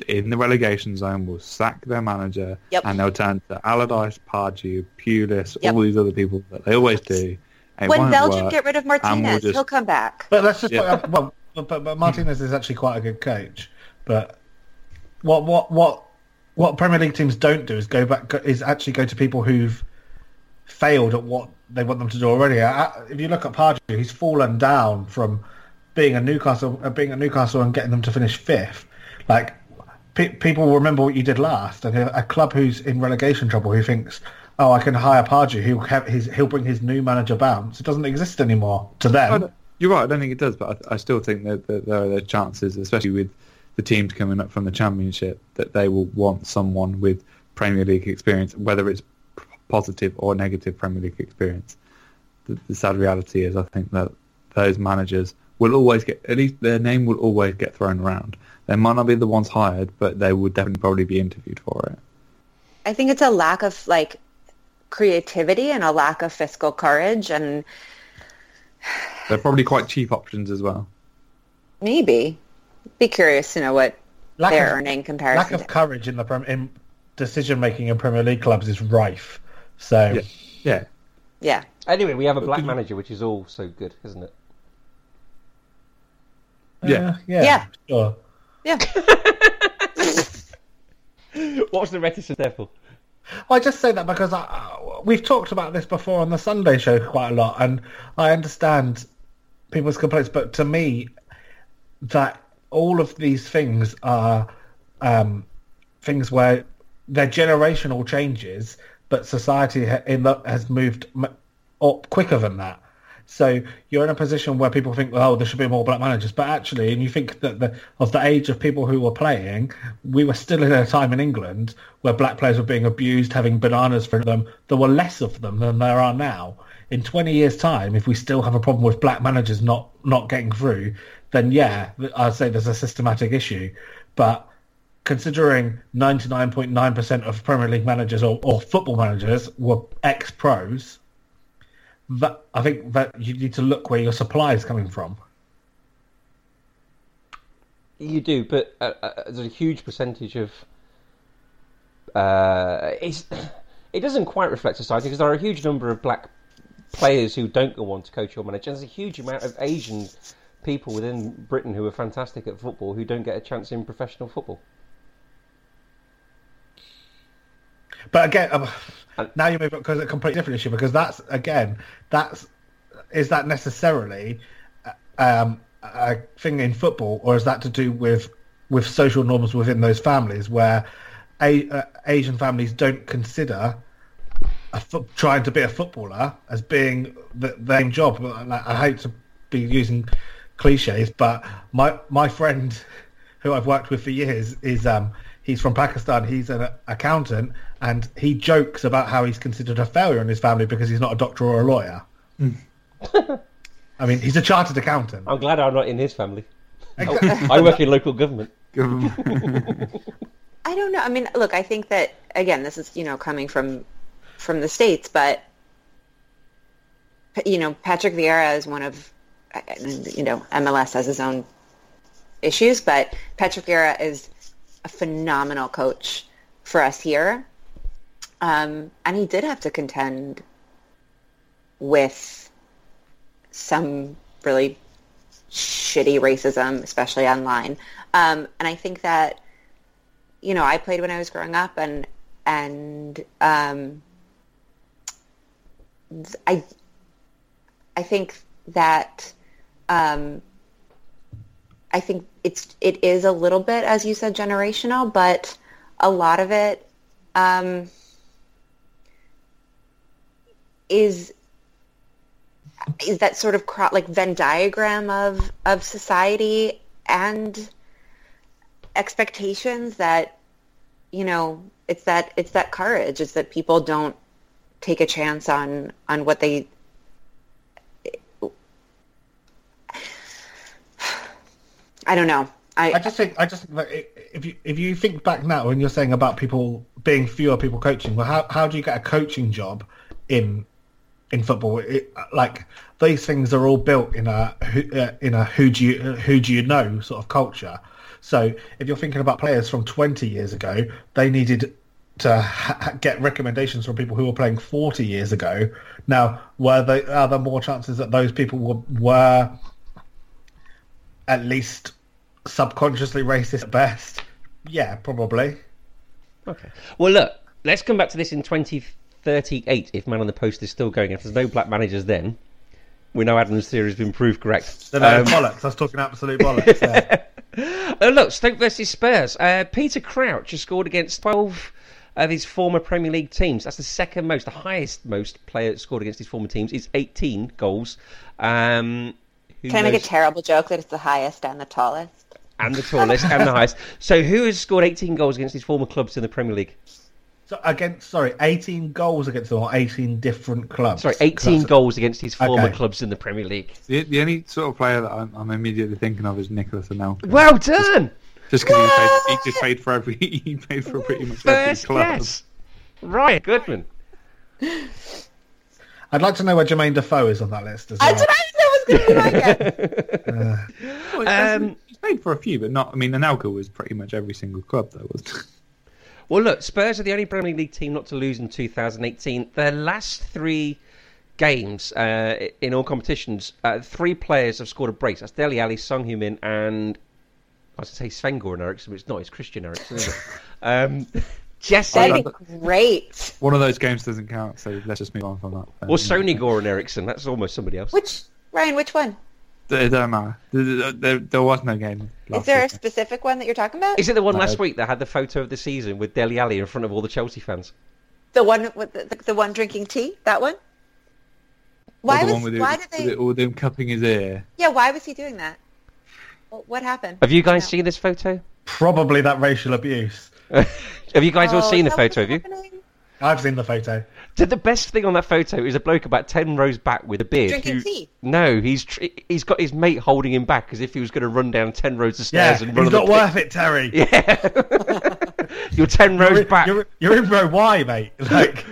Speaker 3: in the relegation zone will sack their manager
Speaker 2: Yep.
Speaker 3: and they'll turn to Allardyce, Pardew, Pulis,
Speaker 2: Yep.
Speaker 3: all these other people that they always do. It
Speaker 2: when
Speaker 3: won't
Speaker 2: Belgium
Speaker 3: work.
Speaker 2: get rid of Martinez,
Speaker 3: just-
Speaker 2: he'll come back.
Speaker 5: But let's just
Speaker 3: Yeah.
Speaker 5: put, uh, well, but, but, but Martinez is actually quite a good coach. But what what what what Premier League teams don't do is go back go- is actually go to people who've failed at what they want them to do already. I, I- if you look at Pardew, he's fallen down from being a Newcastle uh, being a Newcastle and getting them to finish fifth. Like pe- people will remember what you did last, and a a club who's in relegation trouble who thinks. Oh, I can hire Pardew. He'll have his, he'll bring his new manager bounce. It doesn't exist anymore to
Speaker 3: I
Speaker 5: them.
Speaker 3: don't- You're right. I don't think it does, but I, I still think that, that there are the chances, especially with the teams coming up from the Championship, that they will want someone with Premier League experience, whether it's p- positive or negative Premier League experience. The, the sad reality is, I think that those managers will always get at least their name will always get thrown around. They might not be the ones hired, but they would definitely probably be interviewed for it.
Speaker 2: I think it's a lack of like creativity and a lack of fiscal courage and
Speaker 3: They're probably quite cheap options as well.
Speaker 2: maybe be curious to know what
Speaker 5: Lack
Speaker 2: they're
Speaker 5: of-
Speaker 2: earning
Speaker 5: lack
Speaker 2: comparison
Speaker 5: of courage in the prem- in decision making in Premier League clubs is rife. So
Speaker 3: Yeah, yeah.
Speaker 2: yeah
Speaker 1: Anyway, we have a black manager, which is also good, isn't it?
Speaker 3: Yeah.
Speaker 5: yeah,
Speaker 2: Yeah.
Speaker 5: sure.
Speaker 2: yeah
Speaker 1: What's the reticence there for?
Speaker 5: I just say that because I, I- we've talked about this before on the Sunday show quite a lot, and I understand people's complaints, but to me, that all of these things are um, things where they're generational changes, but society ha- in the, has moved m- up quicker than that. So you're in a position where people think, oh, there should be more black managers, but actually, and you think that the, of the age of people who were playing, we were still in a time in England where black players were being abused, having bananas for them. There were less of them than there are now. In 20 years' time, if we still have a problem with black managers not not getting through, then yeah, th- I'd say there's a systematic issue. But considering 99.9% of Premier League managers or, or football managers were ex-pros, that, I think that you need to look where your supply is coming from.
Speaker 1: You do, but uh, uh, there's a huge percentage of. Uh, it's, it doesn't quite reflect society because there are a huge number of black players who don't go on to coach or manage, and there's a huge amount of Asian people within Britain who are fantastic at football who don't get a chance in professional football.
Speaker 5: But again, um,
Speaker 1: And-
Speaker 5: now you move on because a completely different issue. Because that's again, that's is that necessarily uh, um, a thing in football, or is that to do with with social norms within those families where a, uh, Asian families don't consider a fo- trying to be a footballer as being the, the same job? Like, I hate to be using cliches, but my my friend <laughs> who I've worked with for years is um he's from Pakistan. He's an accountant, and he jokes about how he's considered a failure in his family because he's not a doctor or a lawyer. I mean, he's a chartered accountant.
Speaker 1: I'm glad I'm not in his <laughs> family. I, I work in local government.
Speaker 2: I don't know. I mean, look, I think that again, this is you know coming from from the states, but you know, Patrick Vieira is one of you know MLS has his own issues, but Patrick Vieira is a phenomenal coach for us here, um, and he did have to contend with some really shitty racism, especially online. Um, and I think that you know, I played when I was growing up, and and um, th- I I think that um, I think it's it is a little bit, as you said, generational, but a lot of it um, is is that sort of cro- like Venn diagram of of society and expectations that you know it's that it's that courage it's that people don't take a chance on on what they i don't know i,
Speaker 5: I just think I just think that i- if you if you think back now when you're saying about people being fewer people coaching, well, how how do you get a coaching job in in football? It, like these things are all built in a who- uh, in a who do you who do you know sort of culture. So if you're thinking about players from 20 years ago, they needed to ha- ha- get recommendations from people who were playing 40 years ago. Now, were they are there more chances that those people were were at least subconsciously racist at best. Yeah, probably.
Speaker 1: Okay. Well, look, let's come back to this in 2038 if Man on the Post is still going. If there's no black managers then, we know Adam's theory has been proved correct. Um,
Speaker 5: No, no, Uh, bollocks. I was
Speaker 1: <laughs>
Speaker 5: talking absolute bollocks there.
Speaker 1: Oh, look, Stoke versus Spurs. Uh, Peter Crouch has scored against 12 of his former Premier League teams. That's the second most. The highest most player scored against his former teams is 18 goals. Um, who
Speaker 2: can i make
Speaker 1: knows-
Speaker 2: a terrible joke that it's the highest and the tallest
Speaker 1: and the tallest and the highest. So, who has scored 18 goals against his former clubs in the Premier League?
Speaker 5: so against, sorry, 18 goals against them, or 18 different clubs.
Speaker 1: Sorry, 18
Speaker 5: Clubs.
Speaker 1: goals against his former
Speaker 5: Okay.
Speaker 1: clubs in the Premier League.
Speaker 3: the, the only sort of player that I'm, I'm immediately thinking of is Nicholas Anelka.
Speaker 1: Well done!
Speaker 3: Just because he, paid- he just paid for every <laughs> he paid for pretty much every
Speaker 1: First
Speaker 3: club.
Speaker 1: class. Right, Goodman.
Speaker 5: I'd like to know where Jermaine Defoe is on that list as well.
Speaker 2: that was going to be
Speaker 3: <laughs>
Speaker 2: my guess
Speaker 3: Well,
Speaker 1: Um,
Speaker 3: he's paid for a few, but not. I mean, Anelka was pretty much every single club though, wasn't.
Speaker 1: Well, look, Spurs are the only Premier League team not to lose in 2018. Their last three games uh, in all competitions, uh, three players have scored a brace. That's Deli Ali, Song Heung-min, and I was going to say Svengoran Eriksson, but it's not. It's Christian Eriksson. Isn't it? <laughs> um, Jesse
Speaker 2: that'd be great
Speaker 3: One of those games doesn't count, so let's just move on from that.
Speaker 1: or Sony Goran Eriksson. That's almost somebody else.
Speaker 2: which ryan which one
Speaker 3: It don't matter. There, there- there was no game. Last
Speaker 2: is there a
Speaker 3: weekend.
Speaker 2: specific one that you're talking about
Speaker 1: Is it the one
Speaker 3: No.
Speaker 1: last week that had the photo of the season with Deli Ali in front of all the Chelsea fans?
Speaker 2: the one with the, the, one drinking tea that one why
Speaker 3: Or Oh, the
Speaker 2: was
Speaker 3: one with the-
Speaker 2: why did
Speaker 3: with
Speaker 2: they
Speaker 3: the- all them cupping his ear?
Speaker 2: yeah why was he doing that What- what happened
Speaker 1: Have you guys
Speaker 2: No.
Speaker 1: seen this photo? <laughs>
Speaker 5: Probably that racial abuse.
Speaker 1: have you guys all
Speaker 2: Oh,
Speaker 1: seen the
Speaker 2: is that
Speaker 1: photo? Have
Speaker 2: what's
Speaker 1: you?
Speaker 2: happening?
Speaker 5: I've seen the photo.
Speaker 1: So the best thing on that photo is a bloke about ten rows back with a beard.
Speaker 2: Drinking
Speaker 1: who-
Speaker 2: tea.
Speaker 1: No, he's tr- he's got his mate holding him back as if he was going to run down ten rows of stairs
Speaker 5: Yeah, it's
Speaker 1: and run. on
Speaker 5: not
Speaker 1: the
Speaker 5: worth it, Terry.
Speaker 1: <laughs> Yeah. You're ten rows
Speaker 5: You're, in-
Speaker 1: back.
Speaker 5: you're, you're in row Y, mate. Like,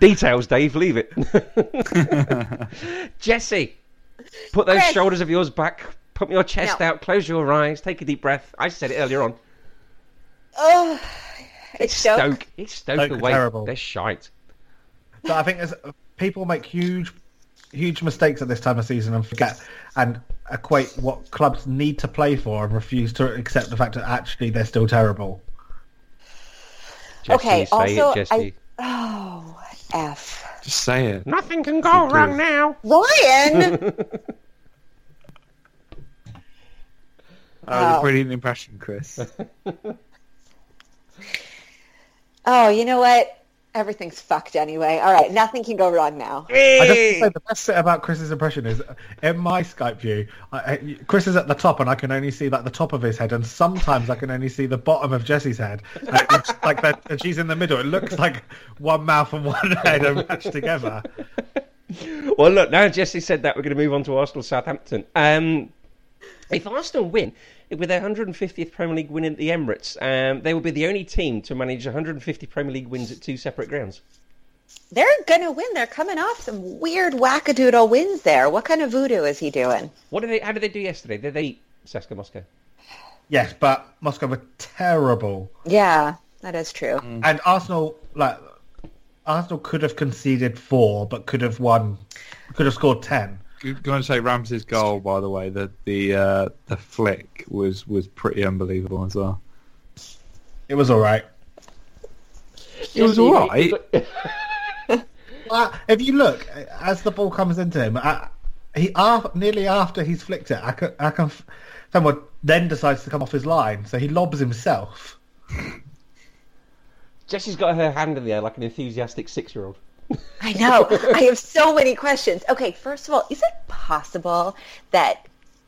Speaker 1: Details, Dave. Leave
Speaker 5: <laughs>
Speaker 1: it. Jesse, put those
Speaker 2: Chris.
Speaker 1: shoulders of yours back. Put your chest
Speaker 2: No.
Speaker 1: out. Close your eyes. Take a deep breath. I said it earlier on.
Speaker 2: Oh, it's Stoke.
Speaker 1: Stoke. It's Stoke,
Speaker 5: Stoke are
Speaker 1: away.
Speaker 5: terrible.
Speaker 1: They're shite.
Speaker 5: but I think as people make huge, huge mistakes at this time of season and forget. And equate what clubs need to play for and refuse to accept the fact that actually they're still terrible.
Speaker 1: Jesse,
Speaker 2: okay.
Speaker 1: say
Speaker 2: Also,
Speaker 1: it, Jesse.
Speaker 2: I oh f
Speaker 3: Just say it.
Speaker 1: Nothing can go wrong now.
Speaker 2: <laughs> Ryan.
Speaker 3: That was
Speaker 2: Wow.
Speaker 3: a brilliant
Speaker 1: <laughs>
Speaker 3: impression, Chris.
Speaker 2: oh, you know what? Everything's fucked anyway. All right, nothing can go wrong now.
Speaker 5: I just wanna say the best bit about Chris's impression is uh, in my Skype view, I, I- Chris is at the top and I can only see like the top of his head, and sometimes I can only see the bottom of Jesse's head. And it looks like that, and she's in the middle. It looks like one mouth and one head are matched together.
Speaker 1: Well, look, now Jesse said that, we're going to move on to Arsenal Southampton. Um, if Arsenal win with their 150th Premier League win at the Emirates, um, they will be the only team to manage 150 Premier League wins at two separate grounds.
Speaker 2: They're gonna win. They're coming off some weird wackadoodle wins there. What kind of voodoo is he doing?
Speaker 1: What did they? How did they do yesterday? Did they eat Seska Moscow?
Speaker 5: Yes, but Moscow were terrible,
Speaker 2: Yeah, that is true.
Speaker 5: and Arsenal like Arsenal could have conceded four, but could have won, could have scored ten.
Speaker 3: Going to say Ramsey's goal, by the way, the the uh, the flick was was pretty unbelievable as well.
Speaker 5: It was all right.
Speaker 3: It was all right.
Speaker 5: Well, if you look as the ball comes into him, I, he af, nearly after he's flicked it, I can, I can, f- someone then decides to come off his line, so he lobs himself.
Speaker 1: Jesse's got her hand in the air like an enthusiastic six-year-old.
Speaker 2: I know. <laughs> I have so many questions. Okay, first of all, is it possible that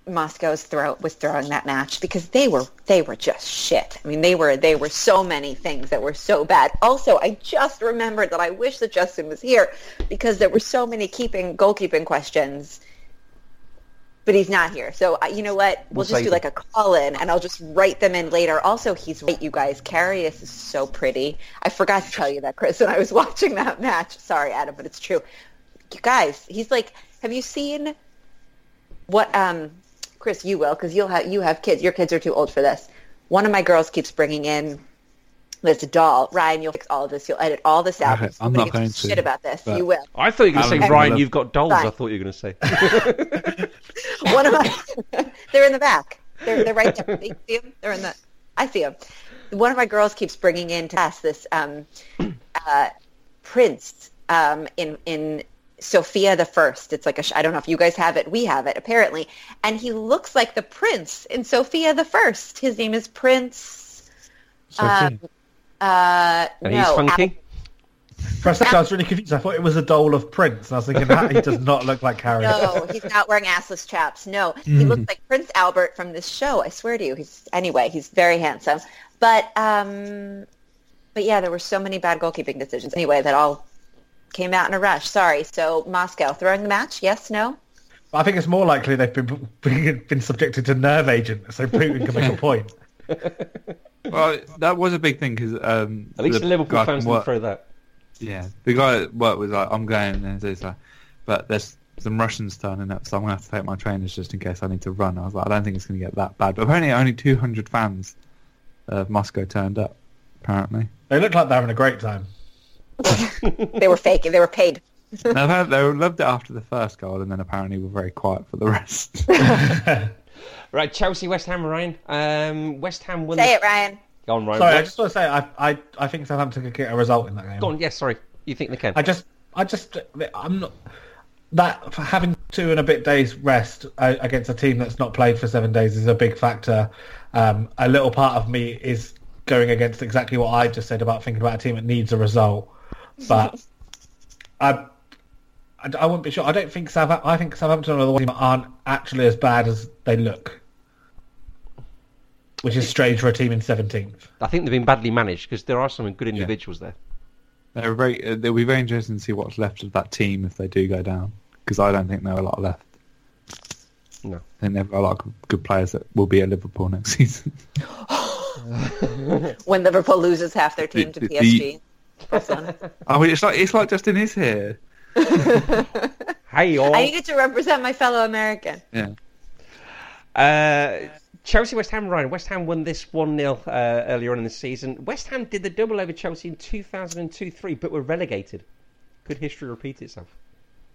Speaker 2: Moscow's throw was throwing that match because they were they were just shit. I mean, they were they were so many things that were so bad. Also, I just remembered that I wish that Justin was here because there were so many keeping goalkeeping questions. But he's not here. So, uh, you know what? We'll,
Speaker 1: We'll
Speaker 2: just
Speaker 1: save
Speaker 2: do
Speaker 1: them.
Speaker 2: like a call in and I'll just write them in later. Also, he's right, you guys. Carius is so pretty. I forgot to tell you that, Chris, <laughs> when I was watching that match. Sorry, Adam, but it's true. You guys, he's like, have you seen what um Chris, you will because you'll have you have kids. Your kids are too old for this. One of my girls keeps bringing in this doll. Ryan, you'll fix all of this. You'll edit all this out.
Speaker 3: Right, <laughs> I'm
Speaker 2: Nobody
Speaker 3: not
Speaker 2: gives a
Speaker 3: going to,
Speaker 2: shit about this.
Speaker 3: but-
Speaker 2: You will.
Speaker 1: I thought you were going to say
Speaker 3: Alan
Speaker 1: Ryan,
Speaker 3: Miller.
Speaker 1: you've got dolls. I
Speaker 2: Right.
Speaker 1: thought you were going to
Speaker 2: <laughs>
Speaker 1: say.
Speaker 2: One of my, <laughs> they're in the back. They're they're right there. They see them. They're in the. I see them. One of my girls keeps bringing in to us this um, <clears throat> uh, prince um, in in Sophia the First. It's like a sh- I don't know if you guys have it. We have it apparently, and he looks like the prince in Sophia the First. His name is Prince. Um, uh,
Speaker 1: And
Speaker 2: no,
Speaker 1: he's funky.
Speaker 2: Al-
Speaker 5: For a second, I was really confused. I thought it was a doll of Prince, and I was thinking that he does not look like
Speaker 3: <laughs>
Speaker 5: Harry.
Speaker 2: No, he's not wearing assless chaps. No, he
Speaker 3: Hmm.
Speaker 2: looks like Prince Albert from this show. I swear to you. He's anyway. He's very handsome. But um, but yeah, there were so many bad goalkeeping decisions. Anyway, that all came out in a rush. Sorry. So Moscow throwing the match? Yes. No.
Speaker 5: But I think it's more likely they've been been, been subjected to nerve agent, so Putin can make a point.
Speaker 3: Well, that was a big thing because um,
Speaker 1: At least the, Liverpool
Speaker 3: guy
Speaker 1: fans
Speaker 3: from work-
Speaker 1: didn't throw that.
Speaker 3: Yeah, the guy at work was like, "I'm going," and he's like, "But there's some Russians turning up, so I'm gonna have to take my trainers just in case I need to run." I was like, "I don't think it's gonna get that bad," but apparently only 200 fans of Moscow turned up. <laughs> Apparently,
Speaker 5: They look like they're having a great time.
Speaker 2: They were fake. They were paid.
Speaker 3: now, they- they loved it after the first goal, and then apparently were very quiet for the rest.
Speaker 1: Right, Chelsea, West Ham, Ryan. Um, West Ham won.
Speaker 2: Say
Speaker 1: the...
Speaker 2: it, Ryan.
Speaker 1: Go on, Ryan.
Speaker 5: Sorry, I
Speaker 1: West-
Speaker 5: just want to say I I, I think Southampton could get a result in that game.
Speaker 1: Go on. Yes, sorry. You think they can?
Speaker 5: I just, I just, I'm not that for having two and a bit days rest uh, against a team that's not played for seven days is a big factor. Um, a little part of me is going against exactly what I just said about thinking about a team that needs a result, but I, I, I wouldn't be sure. I don't think South, I think Southampton are the one team that aren't actually as bad as they look, which is strange for a team in seventeenth.
Speaker 1: I think they've been badly managed because there are some good individuals there.
Speaker 3: They're very, uh, they'll be very interesting to see what's left of that team if they do go down, because I don't think there are a lot left.
Speaker 1: No.
Speaker 3: I think there are a lot of good players that will be at Liverpool next <laughs> season.
Speaker 2: When Liverpool loses half their team to
Speaker 3: The- the-
Speaker 2: PSG.
Speaker 3: I mean, it's like it's like Justin is here.
Speaker 1: Hey, all.
Speaker 2: I needed to represent my fellow American.
Speaker 3: Yeah.
Speaker 1: Uh, Chelsea, West Ham, Ryan. West Ham won this 1 0 uh, earlier on in the season. West Ham did the double over Chelsea in 2002 3, but were relegated. Could history repeat itself?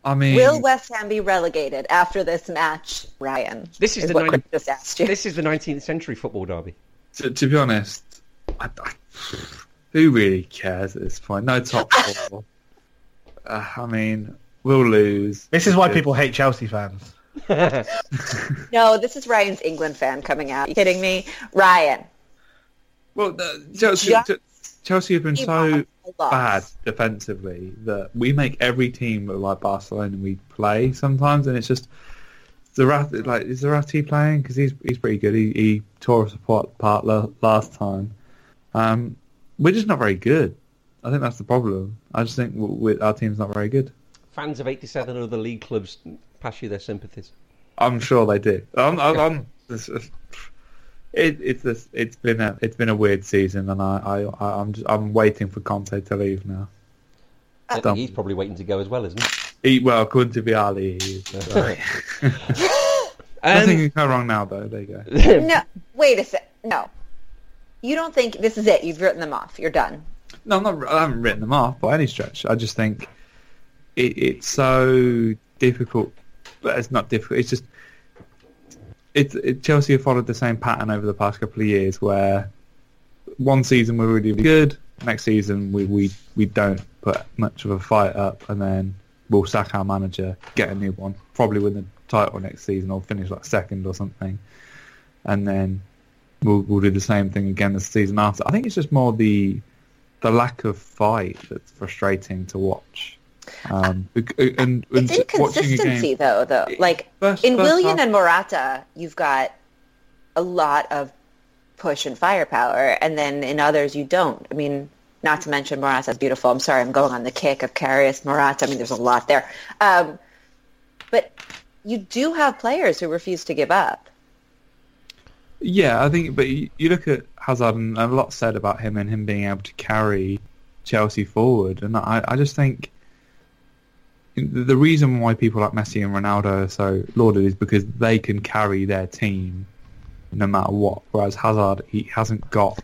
Speaker 3: I mean,
Speaker 2: Will West Ham be relegated after this match, Ryan?
Speaker 1: This is the
Speaker 2: what
Speaker 1: nine-
Speaker 2: Chris just asked you.
Speaker 1: This is the 19th century football derby.
Speaker 3: to, to be honest, I, I, who really cares at this point? No <laughs> top four. uh, I mean, we'll lose.
Speaker 5: This is why
Speaker 3: Yeah.
Speaker 5: people hate Chelsea fans.
Speaker 2: No, this is Ryan's England fan coming out. you kidding me, Ryan?
Speaker 3: Well, the, Chelsea,
Speaker 2: Yeah.
Speaker 3: Chelsea have been
Speaker 2: He
Speaker 3: so
Speaker 2: lost. I lost.
Speaker 3: bad defensively that we make every team look like Barcelona we play sometimes, and it's just Zarate. Like, is Zarate playing? Because he's he's pretty good. He, he tore us apart apart la- last time. Um, we're just not very good. I think that's the problem. I just think w we, our team's not very good.
Speaker 1: Fans of 87 other league clubs pass you their sympathies.
Speaker 3: I'm sure they do. I'm, I'm, I'm it's, it's- it, it's just, it's been a it's been a weird season, and I I I'm just, I'm waiting for Conte to leave now.
Speaker 1: I think
Speaker 3: Dumb.
Speaker 1: Uh, he's probably waiting to go as well, isn't he?
Speaker 3: He, well, according to Viali, he is. uh,
Speaker 1: Um,
Speaker 3: Nothing can go wrong now, though. There you go.
Speaker 2: No, wait a sec. No, you don't think this is it? You've written them off. You're done.
Speaker 3: No, I'm not, I haven't written them off by any stretch. I just think it, it's so difficult. But it's not difficult. It's just it, it. Chelsea have followed the same pattern over the past couple of years, where one season we're really, really good, next season we, we we don't put much of a fight up, and then we'll sack our manager, get a new one, probably win the title next season or finish like second or something, and then we'll we'll do the same thing again the season after. I think it's just more the the lack of fight that's frustrating to watch. Um, and, and
Speaker 2: It's
Speaker 3: watching a
Speaker 2: inconsistency,
Speaker 3: game-
Speaker 2: though. Though, like
Speaker 3: Eh, First-
Speaker 2: in
Speaker 3: first
Speaker 2: William
Speaker 3: half-
Speaker 2: and Morata, you've got a lot of push and firepower, and then in others you don't. I mean, not to mention Morata's beautiful. I'm sorry, I'm going on the kick of Karius Morata. I mean, there's a lot there, um, but you do have players who refuse to give up.
Speaker 3: Yeah, I think, but you, you look at Hazard and a lot said about him and him being able to carry Chelsea forward, and I, I just think the the reason why people like Messi and Ronaldo are so lauded is because they can carry their team no matter what. Whereas Hazard, he hasn't got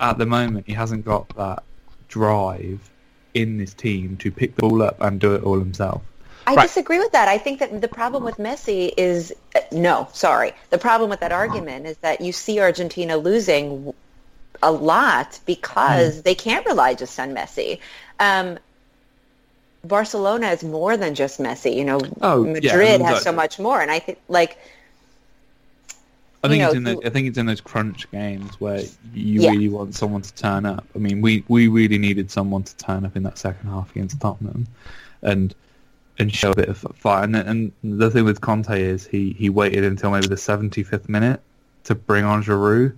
Speaker 3: at the moment, he hasn't got that drive in this team to pick the ball up and do it all himself.
Speaker 2: I
Speaker 1: Right.
Speaker 2: disagree with that. I think that the problem with Messi is uh, no, sorry. The problem with that argument is that you see Argentina losing w- a lot
Speaker 3: Mm-hmm.
Speaker 2: because they can't rely just on Messi. Um, Barcelona is more than just Messi. You know,
Speaker 3: Oh, yeah,
Speaker 2: Madrid
Speaker 3: exactly.
Speaker 2: has so much more, and I think like
Speaker 3: I think
Speaker 2: you
Speaker 3: it's
Speaker 2: know,
Speaker 3: in
Speaker 2: you-
Speaker 3: the, I think it's in those crunch games where you
Speaker 2: Yeah.
Speaker 3: really want someone to turn up. I mean, we, we really needed someone to turn up in that second half against Tottenham, and and show a bit of fight. And, and the thing with Conte is he, he waited until maybe the seventy fifth minute to bring on Giroud,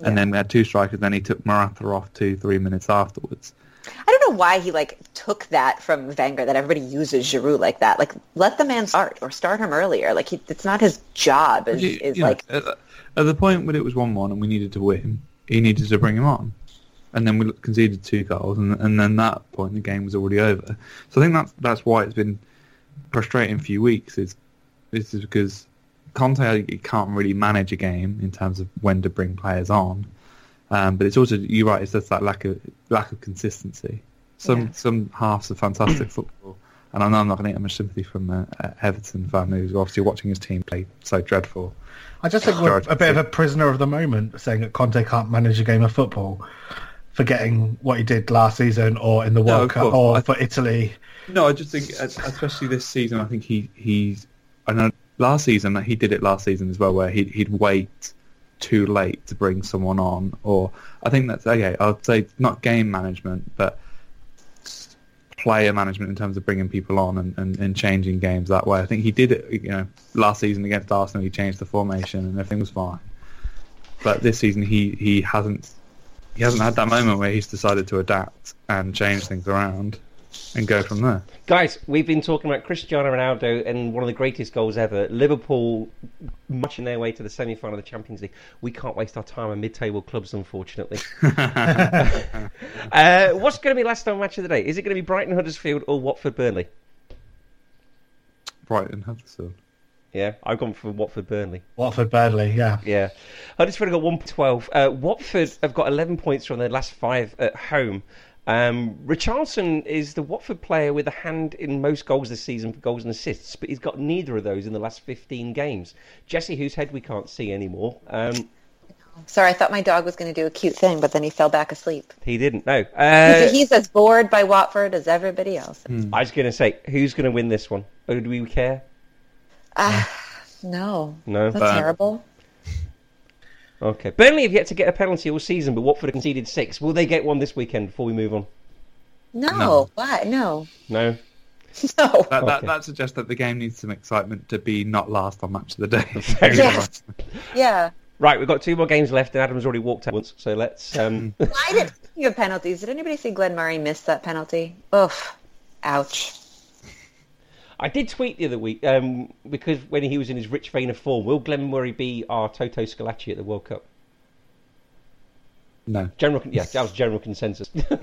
Speaker 3: and then we had two strikers. Then he took Morata off two three minutes afterwards.
Speaker 2: I don't know why he like took that from Wenger that everybody uses Giroud like that. Like, let the man start or start him earlier. Like, he, it's not his job. Is,
Speaker 3: You-
Speaker 2: is
Speaker 3: you know,
Speaker 2: like
Speaker 3: at, the- at the point when it was one one and we needed to win, he needed to bring him on, and then we conceded two goals, and and then that point the game was already over. So I think that's that's why it's been frustrating few weeks. Is this is because Conte he can't really manage a game in terms of when to bring players on, um, but it's also you're right. It's just that lack of lack of consistency. Some some halves of fantastic football, and I know I'm not going to get much sympathy from uh, uh, Everton fan who's obviously watching his team play so dreadful.
Speaker 5: I just think we're
Speaker 3: George.
Speaker 5: a bit of a prisoner of the moment, saying that Conte can't manage a game of football, forgetting what he did last season or in the
Speaker 3: No,
Speaker 5: World
Speaker 3: of
Speaker 5: Cup
Speaker 3: course.
Speaker 5: or
Speaker 3: I-
Speaker 5: for Italy.
Speaker 3: No, I just think, es- especially this season, I think he he's. I know last season he did it last season as well, where he'd he'd wait too late to bring someone on, or I think that's okay. I'd say not game management, but player management in terms of bringing people on and, and, and changing games that way. I think he did it. You know, last season against Arsenal, he changed the formation and everything was fine. But this season, he, he hasn't he hasn't had that moment where he's decided to adapt and change things around and go from there.
Speaker 1: Guys, we've been talking about Cristiano Ronaldo and one of the greatest goals ever. Liverpool marching their way to the semi final of the Champions League. We can't waste our time on mid table clubs, unfortunately. uh, what's going to be last time match of the day? Is it going to be Brighton Huddersfield or Watford Burnley?
Speaker 3: Brighton Huddersfield.
Speaker 1: Yeah, I've gone for Watford Burnley.
Speaker 5: Watford, Burnley, yeah.
Speaker 1: Yeah. Huddersfield have got 112. Uh, Watford have got 11 points from their last five at home. Um, Richardson is the Watford player with a hand in most goals this season for goals and assists, but he's got neither of those in the last 15 games. Jesse, whose head we can't see anymore, um,
Speaker 2: Sorry, I thought my dog was going to do a cute thing, but then he fell back asleep.
Speaker 1: he didn't know.
Speaker 2: <laughs>
Speaker 1: Uh,
Speaker 2: He's as bored by Watford as everybody else.
Speaker 1: I was going to say, who's going to win this one? Oh, do we care?
Speaker 2: No,
Speaker 1: No.
Speaker 2: that's
Speaker 3: But-
Speaker 2: terrible.
Speaker 1: Okay. Burnley have yet to get a penalty all season, but Watford have conceded six. Will they get one this weekend before we move on?
Speaker 2: No,
Speaker 3: No.
Speaker 2: why? No, <laughs>
Speaker 1: No.
Speaker 2: no.
Speaker 3: That, that,
Speaker 1: Okay.
Speaker 3: that suggests that the game needs some excitement to be not last on match of the
Speaker 1: <laughs>
Speaker 3: day.
Speaker 2: Yes. Yeah.
Speaker 1: Right, we've got two more games left, and Adam's already walked out once, so let's. Um,
Speaker 2: Why did speaking of penalties? Did anybody see Glenn Murray miss that penalty? Oof. Ouch. <laughs>
Speaker 1: I did tweet the other week um, because when he was in his rich vein of form, will Glenn Murray be our Toto Scalacci at the World Cup?
Speaker 3: No.
Speaker 1: General, con- yeah, that was general consensus. <laughs>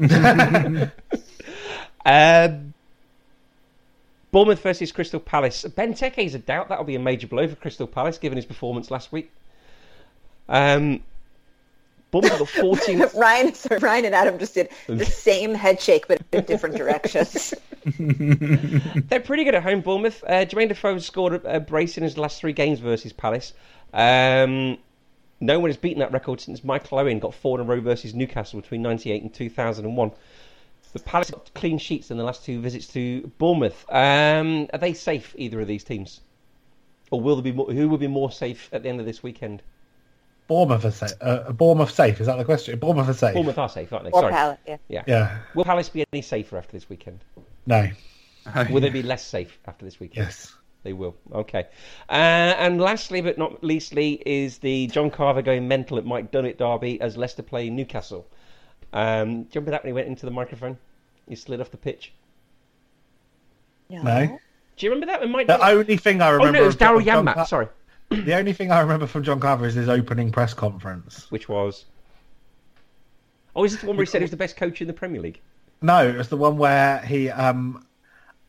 Speaker 1: um, Bournemouth versus Crystal Palace. Benteke is a doubt. That'll be a major blow for Crystal Palace, given his performance last week. Um, Bournemouth have got 14.
Speaker 2: <laughs> Ryan, sorry, Ryan and Adam just did the same head shake, but in different directions.
Speaker 1: They're pretty good at home, Bournemouth. Uh, Jermaine Defoe has scored a, a brace in his last three games versus Palace. Um, no one has beaten that record since Michael Owen got four in a row versus Newcastle between 98 and 2001. The Palace got clean sheets in the last two visits to Bournemouth. Um, are they safe, either of these teams? Or will there be more, who will be more safe at the end of this weekend?
Speaker 5: Bournemouth are safe. Uh, Bournemouth safe. Is that the question? Bournemouth are safe.
Speaker 1: Bournemouth are safe, aren't they?
Speaker 2: Or
Speaker 1: Sorry.
Speaker 2: palate, yeah.
Speaker 5: Yeah.
Speaker 1: Will Palace be any safer after this weekend?
Speaker 5: No.
Speaker 1: Will they be less safe after this weekend?
Speaker 5: Yes.
Speaker 1: They will. Okay. Uh, and lastly, but not leastly, is the John Carver going mental at Mike Dunnett derby as Leicester play Newcastle. Um, do you remember that when he went into the microphone? He slid off the pitch.
Speaker 5: No.
Speaker 1: Do you remember that when Mike?
Speaker 5: The
Speaker 1: Dunnett-
Speaker 5: only thing I
Speaker 1: oh
Speaker 5: remember.
Speaker 1: no, it was
Speaker 5: of John-
Speaker 1: Daryl
Speaker 5: John
Speaker 1: Yambat.
Speaker 5: Car-
Speaker 1: Sorry,
Speaker 5: The only thing I remember from John Carver is his opening press conference.
Speaker 1: which was. Oh, is this the one where he said he was the best coach in the Premier League?
Speaker 5: No, it was the one where he um,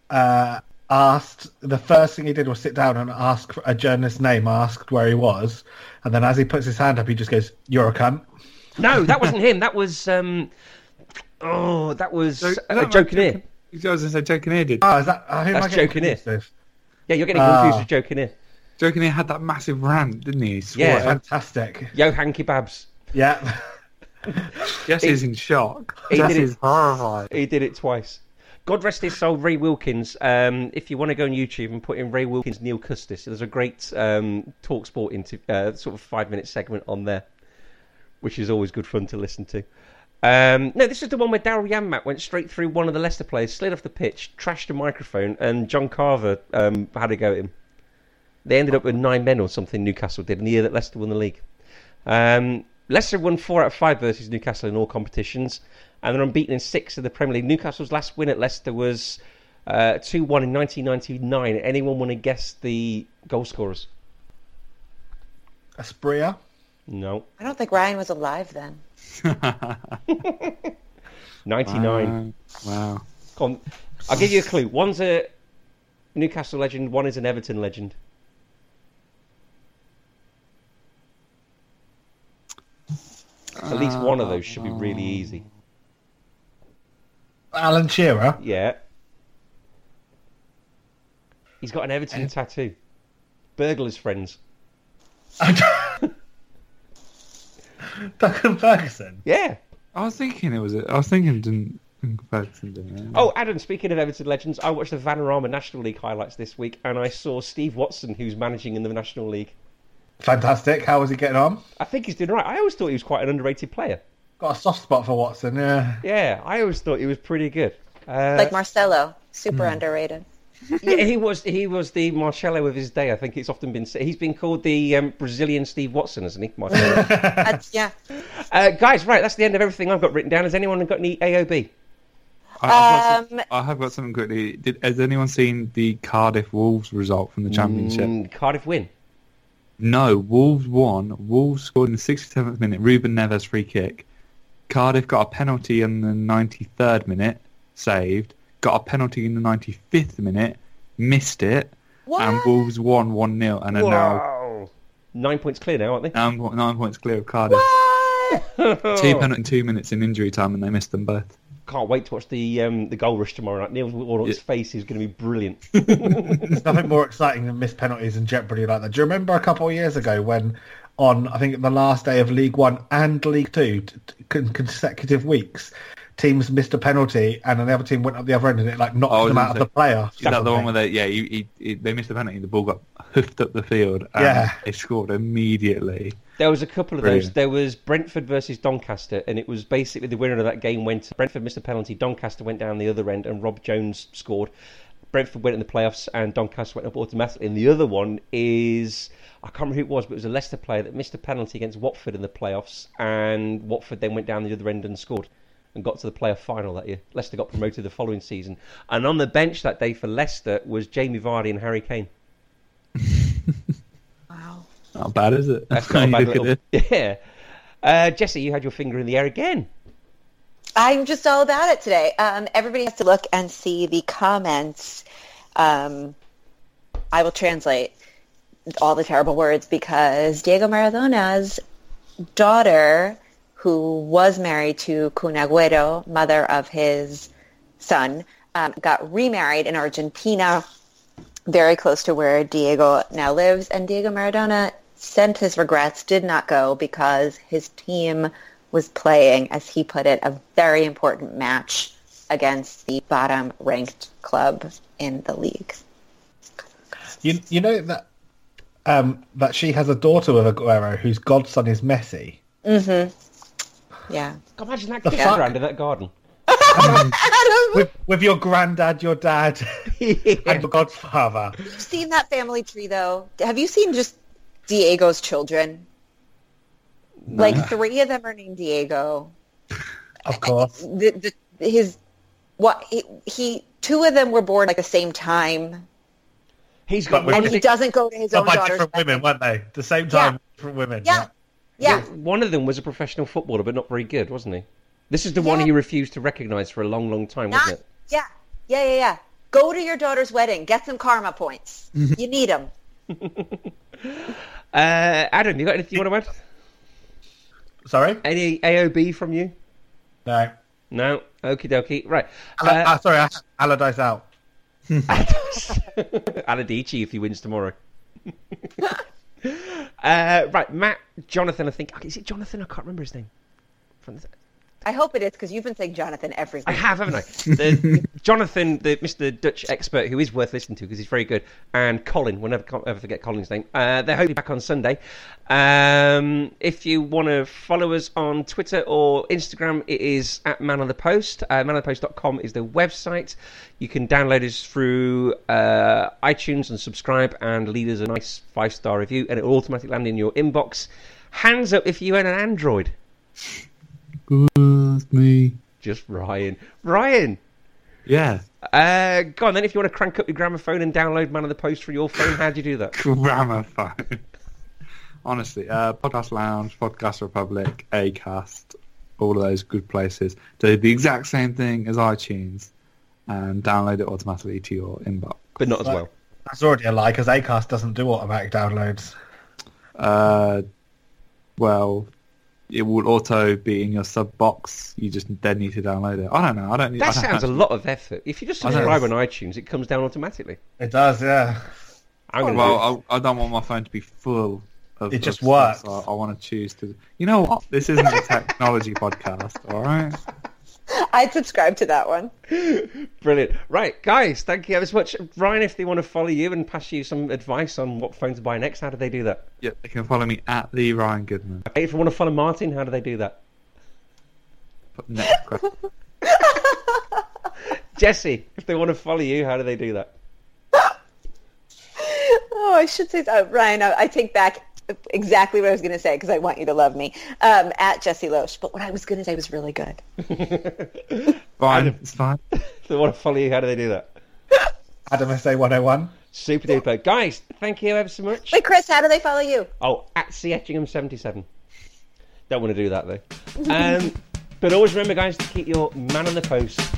Speaker 5: uh, asked. The first thing he did was sit down and ask for a journalist's name, asked where he was, and then as he puts his hand up, he just goes, "You're a cunt."
Speaker 1: No, that wasn't him. That was. Um, oh, that was
Speaker 3: So-
Speaker 1: uh,
Speaker 3: is that
Speaker 1: Joe Kinnear.
Speaker 3: <laughs> I was going to say Joe Kinnear did.
Speaker 5: Oh, is that? Uh, who am
Speaker 1: That's
Speaker 5: I getting
Speaker 1: Joe Kinnear.
Speaker 5: confused with?
Speaker 1: Yeah, you're getting
Speaker 5: Ah.
Speaker 1: confused with Joe Kinnear.
Speaker 3: Joe Kinnear had that massive rant, didn't he? he swore
Speaker 1: Yeah.
Speaker 3: at him.
Speaker 5: Fantastic.
Speaker 1: Johan Kebabs.
Speaker 5: Yeah. <laughs>
Speaker 3: Jesse's in shock.
Speaker 1: He did
Speaker 3: Jesse's
Speaker 1: it-
Speaker 3: horrified.
Speaker 1: He did it twice. God rest his soul, Ray Wilkins. Um, if you want to go on YouTube and put in Ray Wilkins, Neil Custis, there's a great um, talk sport into, uh, sort of five minute segment on there, which is always good fun to listen to. Um, no, this is the one where Daryl Yanmat went straight through one of the Leicester players, slid off the pitch, trashed a microphone, and John Carver um, had a go at him. They ended up with nine men or something, Newcastle did, in the year that Leicester won the league. Um, Leicester won four out of five versus Newcastle in all competitions, and they're unbeaten in six of the Premier League. Newcastle's last win at Leicester was uh, 2 1 in 1999. Anyone want to guess the goal scorers?
Speaker 5: Aspria.
Speaker 1: No.
Speaker 2: I don't think Ryan was alive then.
Speaker 1: 99.
Speaker 3: Uh, Wow.
Speaker 1: Go on. I'll give you a clue. One's a Newcastle legend, one is an Everton legend. At least one of those should be really easy.
Speaker 5: Alan Shearer.
Speaker 1: Yeah. He's got an Everton tattoo. Burglar's friends.
Speaker 5: <laughs> Duncan Ferguson.
Speaker 1: Yeah.
Speaker 3: I was thinking it was. A, I was thinking didn't. Duncan Ferguson didn't.
Speaker 1: Oh, Adam, speaking of Everton legends, I watched the Vanarama National League highlights this week and I saw Steve Watson, who's managing in the National League.
Speaker 5: Fantastic. How was he getting on?
Speaker 1: I think he's doing all right. I always thought he was quite an underrated player.
Speaker 5: Got a soft spot for Watson. Yeah.
Speaker 1: Yeah, I always thought he was pretty good. Uh,
Speaker 2: Like Marcelo, super underrated.
Speaker 1: yeah, he was he was the Marcello of his day. I think it's often been said. He's been called the um, Brazilian Steve Watson, hasn't he? Marcello.
Speaker 2: That's, yeah.
Speaker 1: uh, guys, right, that's the end of everything I've got written down. Has anyone got any AOB?
Speaker 3: I, I've got some-
Speaker 2: Um,
Speaker 3: I have got something quickly. Did, has anyone seen the Cardiff Wolves result from the Championship?
Speaker 1: Mm, Cardiff win.
Speaker 3: No, Wolves won. Wolves scored in the 67th minute. Ruben Neves free kick. Cardiff got a penalty in the 93rd minute, saved. Got a penalty in the 95th minute, missed it, and
Speaker 2: What?
Speaker 3: Wolves won 1 0 and are now
Speaker 1: Wow. Nine points clear now, aren't they? <laughs>
Speaker 3: nine, po- nine points clear of Cardiff. Two penalty in two minutes in injury time, and they missed them both.
Speaker 1: can't wait to watch the um, the goal rush tomorrow night. Neil Warnock's face is going to be brilliant.
Speaker 5: There's nothing more exciting than missed penalties and Jeopardy like that. Do you remember a couple of years ago when, on I think the last day of League One and League Two, t- t- con- consecutive weeks, teams missed a penalty and another team went up the other end and it like knocked
Speaker 3: Oh, I was
Speaker 5: them
Speaker 3: gonna
Speaker 5: out of
Speaker 3: say-
Speaker 5: the playoff.
Speaker 3: Is that the one where they, yeah, he, he, he, they missed the penalty, the ball got hoofed up the field, and
Speaker 5: Yeah.
Speaker 3: they scored immediately.
Speaker 1: There was a couple of those.
Speaker 3: Brilliant.
Speaker 1: There was Brentford versus Doncaster, and it was basically the winner of that game went. Brentford missed a penalty. Doncaster went down the other end, and Rob Jones scored. Brentford went in the playoffs, and Doncaster went up automatically. And the other one is I can't remember who it was, but it was a Leicester player that missed a penalty against Watford in the playoffs, and Watford then went down the other end and scored. And got to the playoff final that year. Leicester got promoted the following season, and on the bench that day for Leicester was Jamie Vardy and Harry Kane.
Speaker 2: Wow.
Speaker 3: Not bad, is it? <laughs>
Speaker 1: That's not a
Speaker 3: You
Speaker 1: bad
Speaker 3: look at
Speaker 1: little...
Speaker 3: it.
Speaker 1: <laughs> Yeah. Uh, Jesse, you had your finger in the air again.
Speaker 2: I'm just all about it today. Um, everybody has to look and see the comments. Um, I will translate all the terrible words because Diego Maradona's daughter, who was married to Kun Agüero, mother of his son, um, got remarried in Argentina, very close to where Diego now lives. And Diego Maradona sent his regrets, did not go because his team was playing, as he put it, a very important match against the bottom ranked club in the league.
Speaker 5: You you know that um, that she has a daughter with Aguero whose godson is Messi.
Speaker 2: <laughs> Yeah.
Speaker 1: God, imagine that
Speaker 5: The
Speaker 1: kid
Speaker 5: fuck?
Speaker 1: around in that garden.
Speaker 5: With, with your granddad, your dad, <laughs> and your godfather.
Speaker 2: You've seen that family tree though. Have you seen just Diego's children? Like three of them are named Diego.
Speaker 5: Of course.
Speaker 2: The, the, his what he, he two of them were born like the same time,
Speaker 1: He's got
Speaker 5: But with
Speaker 2: and he
Speaker 1: one,
Speaker 2: doesn't go to his
Speaker 5: Not
Speaker 2: own
Speaker 5: by
Speaker 2: daughter's.
Speaker 5: different women, weren't they? The same
Speaker 2: Yeah.
Speaker 5: time, different women.
Speaker 2: Yeah, <laughs> yeah.
Speaker 1: one of them was a professional footballer, but not very good, wasn't he? This is the one
Speaker 2: Yeah.
Speaker 1: he refused to recognise for a long, long time,
Speaker 2: Not,
Speaker 1: wasn't it?
Speaker 2: yeah, yeah, yeah, yeah. Go to your daughter's wedding. Get some karma points. you need them.
Speaker 1: Uh, Adam, you got anything you want to add?
Speaker 5: Sorry.
Speaker 1: Any AOB from you?
Speaker 5: No.
Speaker 1: No? Okie dokie. Right.
Speaker 5: Alla-
Speaker 1: Uh,
Speaker 5: ah, sorry, Ah- Allardyce out.
Speaker 1: Aladici if he wins tomorrow. <laughs> uh, right, Matt, Jonathan, I think. Is it Jonathan? I can't remember his name. From the-
Speaker 2: I hope it is because you've been saying Jonathan every
Speaker 1: I
Speaker 2: week.
Speaker 1: have, haven't I? The, Jonathan, the Mr. Dutch expert, who is worth listening to because he's very good, and Colin. We'll never, can't ever forget Colin's name. Uh, they're hopefully back on Sunday. Um, if you want to follow us on Twitter or Instagram, it is at Man on the Post. Uh, manonthepost.com is the website. You can download us through uh, iTunes and subscribe and leave us a nice five star review, and it will automatically land in your inbox. Hands up if you own an Android.
Speaker 3: Ooh, me.
Speaker 1: Just Ryan. Ryan!
Speaker 3: Yeah.
Speaker 1: Uh, go on then. If you want to crank up your gramophone and download Man of the Post from your phone, how do you do
Speaker 3: <laughs>
Speaker 1: that?
Speaker 3: Gramophone. <laughs> Honestly, uh, Podcast Lounge, Podcast Republic, Acast, all of those good places do the exact same thing as iTunes and download it automatically to your inbox.
Speaker 1: But not as well.
Speaker 5: That's already a lie because Acast doesn't do automatic downloads.
Speaker 3: Uh, well, it will auto be in your sub box. You just then need to download it. I don't know. I don't need.
Speaker 1: That
Speaker 3: I don't
Speaker 1: sounds a lot of effort. If you just
Speaker 3: I know.
Speaker 1: subscribe on iTunes, it comes down automatically.
Speaker 5: It does, yeah.
Speaker 1: I'm going to
Speaker 3: Well, I, I don't want my phone to be full of.
Speaker 5: It just
Speaker 3: of stuff, so
Speaker 5: works.
Speaker 3: I, want to choose to. You know what? This isn't a technology <laughs> podcast. All right.
Speaker 2: <laughs> I'd subscribe to that one.
Speaker 1: Brilliant. Right, guys, thank you ever so much. Ryan, if they want to follow you and pass you some advice on what phone to buy next, how do they do that?
Speaker 3: Yep. You can follow me at the Ryan Goodman.
Speaker 1: If you want to follow Martin, how do they do that?
Speaker 3: Next question.
Speaker 1: Jesse, if they want to follow you, how do they do that?
Speaker 2: Oh, I should say, oh, Ryan, I, I take back exactly what I was going to say because I want you to love me um, at Jesse Loesch. But what I was going to say was really good.
Speaker 3: Fine. It's fine.
Speaker 1: If they want to follow you, how do they do that?
Speaker 5: Adam SA 101.
Speaker 1: Super duper. Guys, thank you ever so much.
Speaker 2: Wait, Chris, how do they follow you?
Speaker 1: Oh, at C Etchingham 77. Don't want to do that though. Um, but always remember, guys, to keep your man on the post